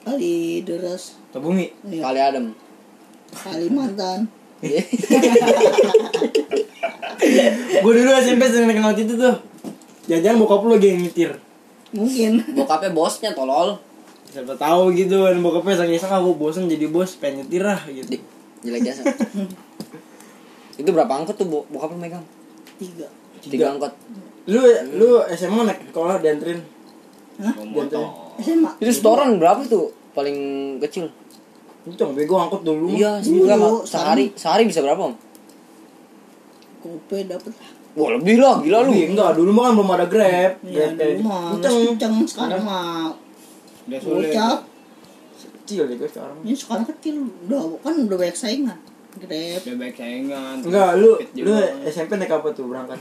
Speaker 3: kali deres
Speaker 1: Tebumi.
Speaker 3: iya.
Speaker 2: Kali Iya. adem.
Speaker 3: Kalimantan
Speaker 1: gue dulu SMP sering kenal itu tuh. Jangan-jangan bokap lu lagi yang nyetir.
Speaker 3: mungkin
Speaker 2: Bokapnya bosnya tolol.
Speaker 1: Siapa tahu gitu kan bokapnya saking iseng aku bosen jadi bos pengen nyetir lah gitu.
Speaker 2: Dik, jelek jasa. Itu berapa angkot tuh bo- bokap lu megang?
Speaker 3: tiga
Speaker 2: Tiga angkot.
Speaker 1: Lu lu SMA naik sekolah dianterin. Gitu.
Speaker 4: Memotong.
Speaker 3: SMA
Speaker 2: Itu setoran berapa tuh? Paling kecil.
Speaker 1: Itu dong bego angkot dulu.
Speaker 2: Iya,
Speaker 3: dulu,
Speaker 2: sebulan Mak.
Speaker 3: sekarang-
Speaker 2: sehari sehari bisa berapa, Om?
Speaker 3: kopi dapet lah
Speaker 2: Wah, lebih lah, gila lu.
Speaker 1: Iya, enggak, dulu mah kan belum ada Grab. gitu.
Speaker 3: ya, dulu mah
Speaker 1: Kenceng.
Speaker 3: masih kenceng sekarang mah
Speaker 4: Udah sulit.
Speaker 3: bocah
Speaker 1: Kecil ya gue sekarang.
Speaker 3: ini sekarang kecil udah kan udah banyak saingan grab
Speaker 4: Udah baik saingan.
Speaker 1: Enggak, lu
Speaker 4: Fit
Speaker 1: lu
Speaker 4: juga.
Speaker 1: SMP naik apa tuh berangkat?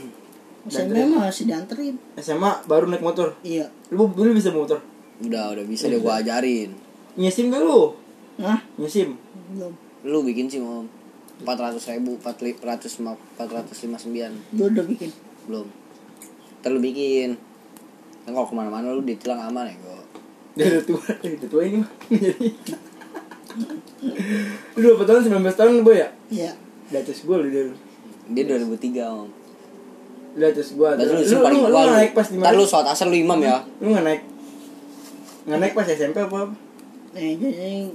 Speaker 3: SMA masih dianterin
Speaker 1: SMA baru naik motor.
Speaker 3: iya
Speaker 1: Lu dulu bisa bawa motor.
Speaker 2: Udah, udah bisa deh gua ajarin.
Speaker 1: Nyesim gak lu?
Speaker 3: nah
Speaker 1: Nyesim.
Speaker 3: belum
Speaker 2: Lu bikin sih, Om. 400 ribu, 459
Speaker 3: gue udah bikin
Speaker 2: belum ntar lu bikin kan kalau kemana-mana lu ditilang aman ya kok
Speaker 1: Dia udah tua, dia udah tua ini mah. Jadi Lu berapa tahun? 19 tahun lu boy ya?
Speaker 3: iya
Speaker 1: Di atas gua lu dia.
Speaker 2: dia 2003 om
Speaker 1: Di atas gua. Lu
Speaker 2: berarti lu
Speaker 1: lu,
Speaker 2: disuruh paling
Speaker 1: lu,
Speaker 2: tua
Speaker 1: nggak
Speaker 2: lu
Speaker 1: naik pas di
Speaker 2: ntar
Speaker 1: mana?
Speaker 2: lu sholat asar lu imam ya
Speaker 1: Lu nggak naik. Nggak naik pas SMP apa? apa?
Speaker 3: eh jadi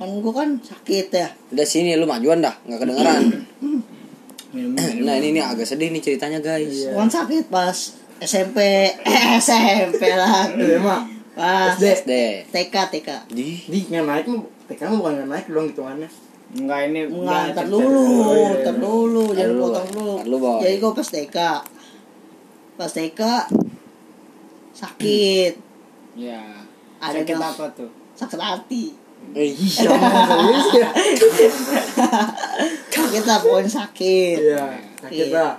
Speaker 3: kan gue kan sakit ya
Speaker 2: udah sini lu majuan dah nggak kedengeran
Speaker 4: Minum
Speaker 2: nah ini ini agak sedih nih ceritanya guys
Speaker 1: Hmm. Iya.
Speaker 3: Gue kan sakit pas SMP eh, SMP lah
Speaker 1: SMA.
Speaker 3: pas
Speaker 1: SD.
Speaker 2: SD
Speaker 3: TK TK
Speaker 2: di
Speaker 1: Di nggak naik mah TK mah bukan nggak naik dong hitungannya.
Speaker 4: Enggak ini
Speaker 3: Enggak, ntar
Speaker 4: jangan
Speaker 3: dulu,
Speaker 1: Oh, iya, iya.
Speaker 3: ntar dulu,
Speaker 2: Ntar
Speaker 3: jangan
Speaker 2: dulu,
Speaker 3: potong
Speaker 2: ntar dulu,
Speaker 3: dulu.
Speaker 2: Boy.
Speaker 3: Jadi gue pas TK, pas TK sakit,
Speaker 4: Ya.
Speaker 3: ada
Speaker 4: Sakit
Speaker 3: gak-
Speaker 4: apa tuh?
Speaker 3: sakit hati,
Speaker 2: eh,
Speaker 1: Iya, emang serius ya.
Speaker 3: sakit lah pokoknya sakit.
Speaker 1: Iya, sakit
Speaker 3: Iya.
Speaker 1: lah.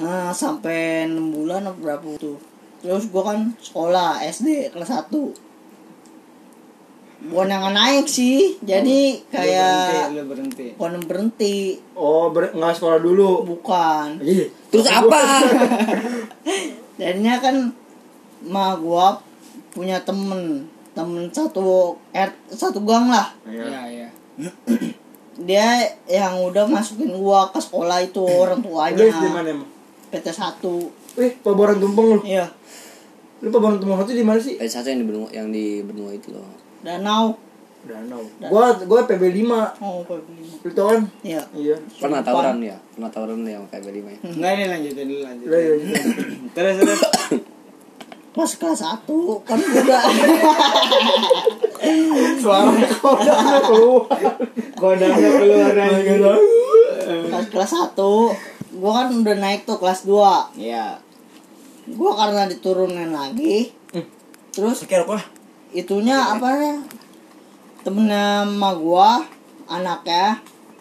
Speaker 3: Nah, sampai 6 bulan apa berapa tuh. Terus gue kan sekolah SD kelas 1 Bukan yang naik sih,
Speaker 1: ya?
Speaker 3: jadi kayak
Speaker 4: Lu berhenti, lu berhenti.
Speaker 3: bukan berhenti,
Speaker 1: Oh, ber- nggak sekolah dulu.
Speaker 3: bukan.
Speaker 1: Iya.
Speaker 2: terus apa
Speaker 3: Jadinya kan ma gua punya temen temen satu er, satu gang lah
Speaker 1: Iya.
Speaker 4: Iya, iya.
Speaker 3: dia yang udah masukin gua ke sekolah itu orang
Speaker 1: Lu Iya, di mana
Speaker 3: tuanya
Speaker 1: emang?
Speaker 3: PT 1
Speaker 1: Eh, paboran tumpeng lu.
Speaker 3: iya
Speaker 1: Lu paboran tumpeng satu di mana sih?
Speaker 2: eh satu yang di benua yang di benua itu loh
Speaker 3: danau
Speaker 1: Danau. Gua gua PB 5.
Speaker 3: oh gua beli.
Speaker 1: Lu tau kan?
Speaker 3: iya
Speaker 1: Iya.
Speaker 2: pernah tawuran ya pernah tawuran ya sama kayak lima ya
Speaker 4: Enggak ini lanjutin dulu lanjutin.
Speaker 1: Lu iya. iya.
Speaker 4: Terus terus.
Speaker 3: pas kelas 1 kan gua udah
Speaker 1: Suara kodamnya keluar.
Speaker 4: Kodamnya keluar anjing.
Speaker 3: pas kelas 1 gua kan udah naik tuh kelas 2
Speaker 4: Iya.
Speaker 3: gua karena diturunin lagi
Speaker 1: Hmm.
Speaker 3: terus
Speaker 1: Sekian apa?
Speaker 3: itunya apa ya temennya sama gua anaknya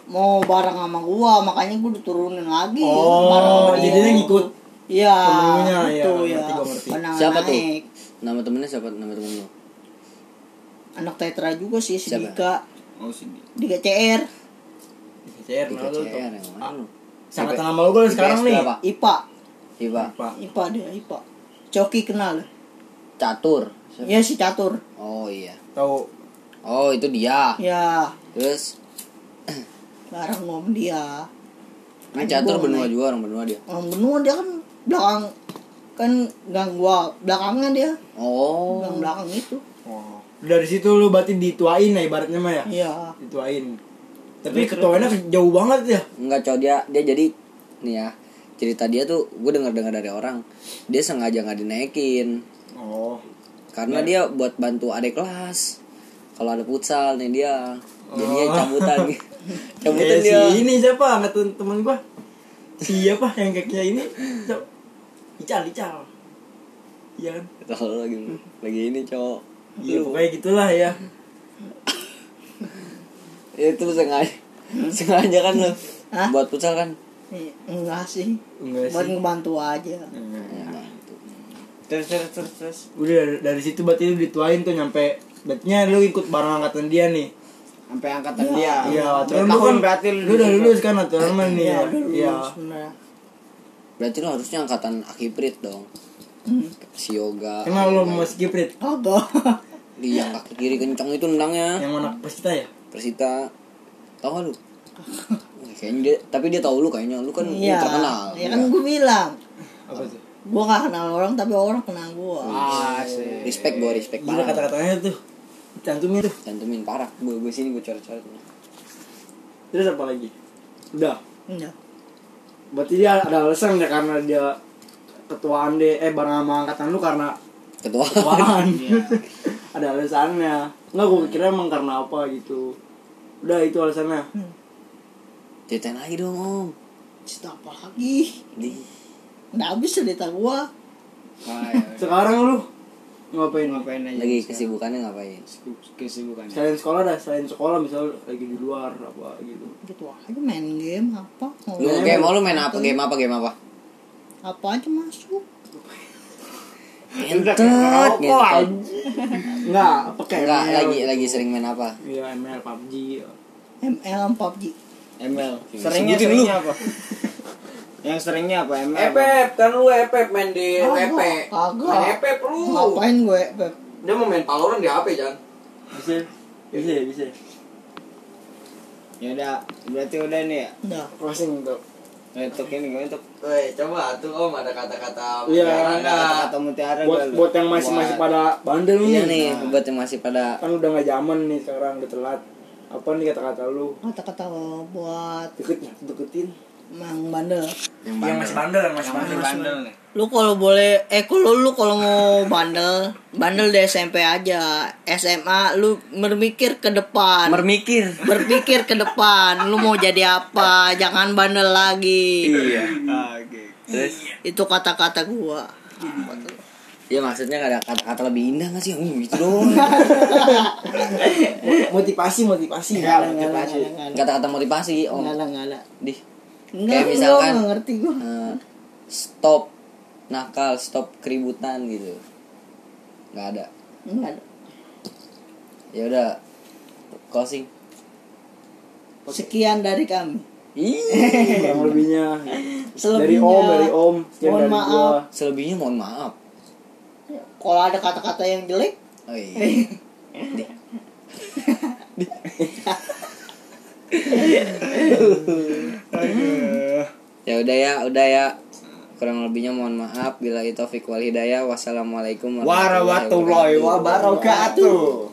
Speaker 3: mau bareng sama gua makanya gua diturunin lagi bareng
Speaker 1: Oh,
Speaker 3: sama dia.
Speaker 1: jadi dia ngikut.
Speaker 3: iya
Speaker 1: temennya, ya,
Speaker 3: itu ya
Speaker 1: ngerti, gua ngerti.
Speaker 3: Kenangan
Speaker 2: siapa tuh
Speaker 3: naik.
Speaker 2: nama temennya siapa nama temen lu
Speaker 3: anak tetra juga sih si
Speaker 2: Siapa?
Speaker 3: Dika
Speaker 4: Oh sini.
Speaker 3: Dika CR
Speaker 1: CR,
Speaker 2: Di
Speaker 1: nah lu tau.
Speaker 2: KCR yang ya, mana lu
Speaker 1: Sangat nama lu gua sekarang
Speaker 2: IPS
Speaker 1: nih.
Speaker 2: berapa?
Speaker 3: IPA
Speaker 2: Iba
Speaker 1: Pak.
Speaker 3: IPA dia IPA Coki kenal
Speaker 2: catur
Speaker 3: ya si Catur
Speaker 2: oh iya
Speaker 1: Tahu.
Speaker 2: Oh itu dia.
Speaker 3: ya
Speaker 2: Terus
Speaker 3: bareng gua sama dia
Speaker 2: ini catur
Speaker 3: Gua
Speaker 2: benua
Speaker 3: naik.
Speaker 2: juga orang benua dia.
Speaker 3: orang benua dia kan belakang kan gang gua belakangnya dia
Speaker 2: Oh.
Speaker 3: gang belakang itu
Speaker 1: Oh. Dari situ lu berarti dituain ya ibaratnya mah ya.
Speaker 3: iya
Speaker 1: Dituain. Tapi ketuanya jauh banget ya.
Speaker 2: Enggak cow dia dia jadi nih ya cerita dia tuh gue denger dengar dari orang dia sengaja nggak dinaikin
Speaker 1: Oh.
Speaker 2: karena dia buat bantu adik kelas kalau ada futsal nih dia jadinya
Speaker 1: Oh. Iya
Speaker 2: cabutan gitu. Cabutan
Speaker 1: Kayak
Speaker 2: dia.
Speaker 1: si ini siapa ngetun temen gua siapa yang kakinya ini siapa? ical ical iya kan
Speaker 2: Tahu lagi lagi ini cowok.
Speaker 1: iya pokoknya gitulah ya
Speaker 2: ya Itu sengaja.
Speaker 1: Hmm?
Speaker 2: Sengaja kan lu.
Speaker 3: Hah?
Speaker 2: Buat pucal kan.
Speaker 3: Eh, enggak sih
Speaker 1: enggak
Speaker 3: buat
Speaker 1: sih
Speaker 3: ngebantu aja
Speaker 2: Ya,
Speaker 4: Terus terus terus terus.
Speaker 1: udah dari, dari situ berarti lu dituain tuh nyampe berartinya lu ikut bareng angkatan dia nih
Speaker 4: Sampai angkatan dia.
Speaker 1: iya aturan lu
Speaker 4: Ya, Tahun
Speaker 1: kan
Speaker 4: berarti lu
Speaker 1: lu udah lulus kan aturan mah nih
Speaker 3: Iya,
Speaker 1: ya
Speaker 3: udah lulus
Speaker 1: iya
Speaker 3: sebenarnya.
Speaker 2: Berarti lu harusnya angkatan akibrit dong.
Speaker 3: Hmm.
Speaker 2: Si yoga.
Speaker 1: kenal lu sama si Kiprit
Speaker 3: Kagak.
Speaker 2: Iya, kaki kiri kencang itu nendangnya.
Speaker 1: yang mana pas kita ya
Speaker 2: Persita. Tahu gak lu? kayaknya dia, tapi dia tahu lu kayaknya. Lu kan
Speaker 3: Iya.
Speaker 2: lu terkenal.
Speaker 3: Ya kan gue bilang,
Speaker 1: apa tuh
Speaker 3: gue gak kenal orang tapi orang kenal gue.
Speaker 2: Ah.
Speaker 4: Asik.
Speaker 2: Iya. Respect gua, respect
Speaker 1: gila
Speaker 2: parah.
Speaker 1: kata-katanya tuh cantumnya tuh
Speaker 2: Cantumin parah. Gue gue sini gue coret-coret.
Speaker 1: terus apa lagi udah
Speaker 3: Enggak.
Speaker 1: berarti dia ada alasan ya karena dia ketuaan deh eh bareng sama angkatan lu karena
Speaker 2: Ketua.
Speaker 1: ketuaan
Speaker 4: Iya.
Speaker 2: Iya.
Speaker 1: ada alasannya nggak gue kira emang karena apa gitu udah itu alasannya
Speaker 2: Ceritain lagi dong, Om.
Speaker 3: Cerita apa lagi?
Speaker 2: Di.
Speaker 3: Nggak habis cerita gue.
Speaker 4: Wah, ya.
Speaker 1: sekarang lu ngapain
Speaker 4: Ngapain
Speaker 3: Iya,
Speaker 4: aja?
Speaker 2: Lagi kesibukannya ngapain?
Speaker 4: kesibukannya.
Speaker 1: selain sekolah dah selain sekolah misal lagi di luar apa gitu
Speaker 3: Gitu aja main game apa.
Speaker 2: Lu
Speaker 3: ngobrol.
Speaker 2: game mau lu main apa? Game apa? Game apa?
Speaker 3: Apa aja masuk.
Speaker 2: Entet,
Speaker 4: ngerokok,
Speaker 2: ngentot.
Speaker 1: nggak apa kayak
Speaker 2: Enggak,
Speaker 1: ML
Speaker 2: lagi
Speaker 1: gitu.
Speaker 2: lagi sering main apa?
Speaker 1: iya ML PUBG
Speaker 3: ML sama PUBG.
Speaker 4: ML. Seringnya
Speaker 2: Sebutin
Speaker 4: seringnya apa? Yang seringnya apa? ML.
Speaker 2: kan lu Epep main di
Speaker 3: Kagak, Kagak. Ngapain gue? Pep?
Speaker 2: Dia mau main Valorant di HP, Jan.
Speaker 1: bisa bisa ya, bisa ya.
Speaker 4: Ya udah, berarti udah nih ya.
Speaker 3: Enggak.
Speaker 1: closing untuk
Speaker 4: Untuk ini gue untuk
Speaker 2: Woi, coba tuh Om ada kata-kata
Speaker 1: Iya.
Speaker 2: mutiara nggak?
Speaker 4: kata mutiara
Speaker 1: buat
Speaker 4: gue, lu.
Speaker 1: buat yang masih masih
Speaker 4: Buat-
Speaker 1: pada bandel
Speaker 2: Iya
Speaker 1: nih.
Speaker 2: nih,
Speaker 3: nah.
Speaker 2: buat yang masih pada
Speaker 1: kan udah nggak zaman nih sekarang udah telat apa nih kata-kata lu
Speaker 3: Kata-kata buat
Speaker 1: deketnya deketin
Speaker 3: mang bandel.
Speaker 2: yang masih bandel.
Speaker 1: yang masih
Speaker 4: Masih bandel nih.
Speaker 3: Lu kalau boleh, eh kalau lu kalau mau bandel, bandel di SMP aja. SMA lu berpikir ke depan.
Speaker 2: Mermikir.
Speaker 3: berpikir ke depan lu mau jadi apa jangan bandel lagi
Speaker 2: Iya.
Speaker 4: Ah, Oke.
Speaker 2: Terus
Speaker 3: itu kata-kata gua
Speaker 2: ya maksudnya nggak ada kata-kata lebih indah nggak sih? Hmm, gitu doang.
Speaker 1: motivasi motivasi
Speaker 3: Nggak
Speaker 1: Ada
Speaker 3: lah, nggak lah,
Speaker 1: motivasi
Speaker 3: nggak lah, nggak lah.
Speaker 2: Kata-kata motivasi, Om.
Speaker 3: Nggak lah, nggak lah.
Speaker 2: Dih.
Speaker 3: Nggak,
Speaker 2: Kayak
Speaker 3: gua
Speaker 2: misalkan-
Speaker 3: nggak ngerti gua
Speaker 2: Eh, stop nakal, stop keributan gitu. Nggak ada.
Speaker 3: Nggak ada.
Speaker 2: Ya udah closing.
Speaker 3: sekian dari kami
Speaker 2: Ih,
Speaker 1: kurang lebihnya dari
Speaker 3: Selebihnya,
Speaker 1: om dari om sekian
Speaker 3: mohon
Speaker 1: dari gua
Speaker 3: maaf.
Speaker 2: selebihnya mohon maaf.
Speaker 3: kalau ada kata-kata yang jelek
Speaker 2: Oh iya. Dih.
Speaker 4: Aduh.
Speaker 2: Ya udah ya, udah ya. Kurang lebihnya mohon maaf bila itu Taufik wal hidayah. Wassalamualaikum
Speaker 4: Warahmatullahi wabarakatuh.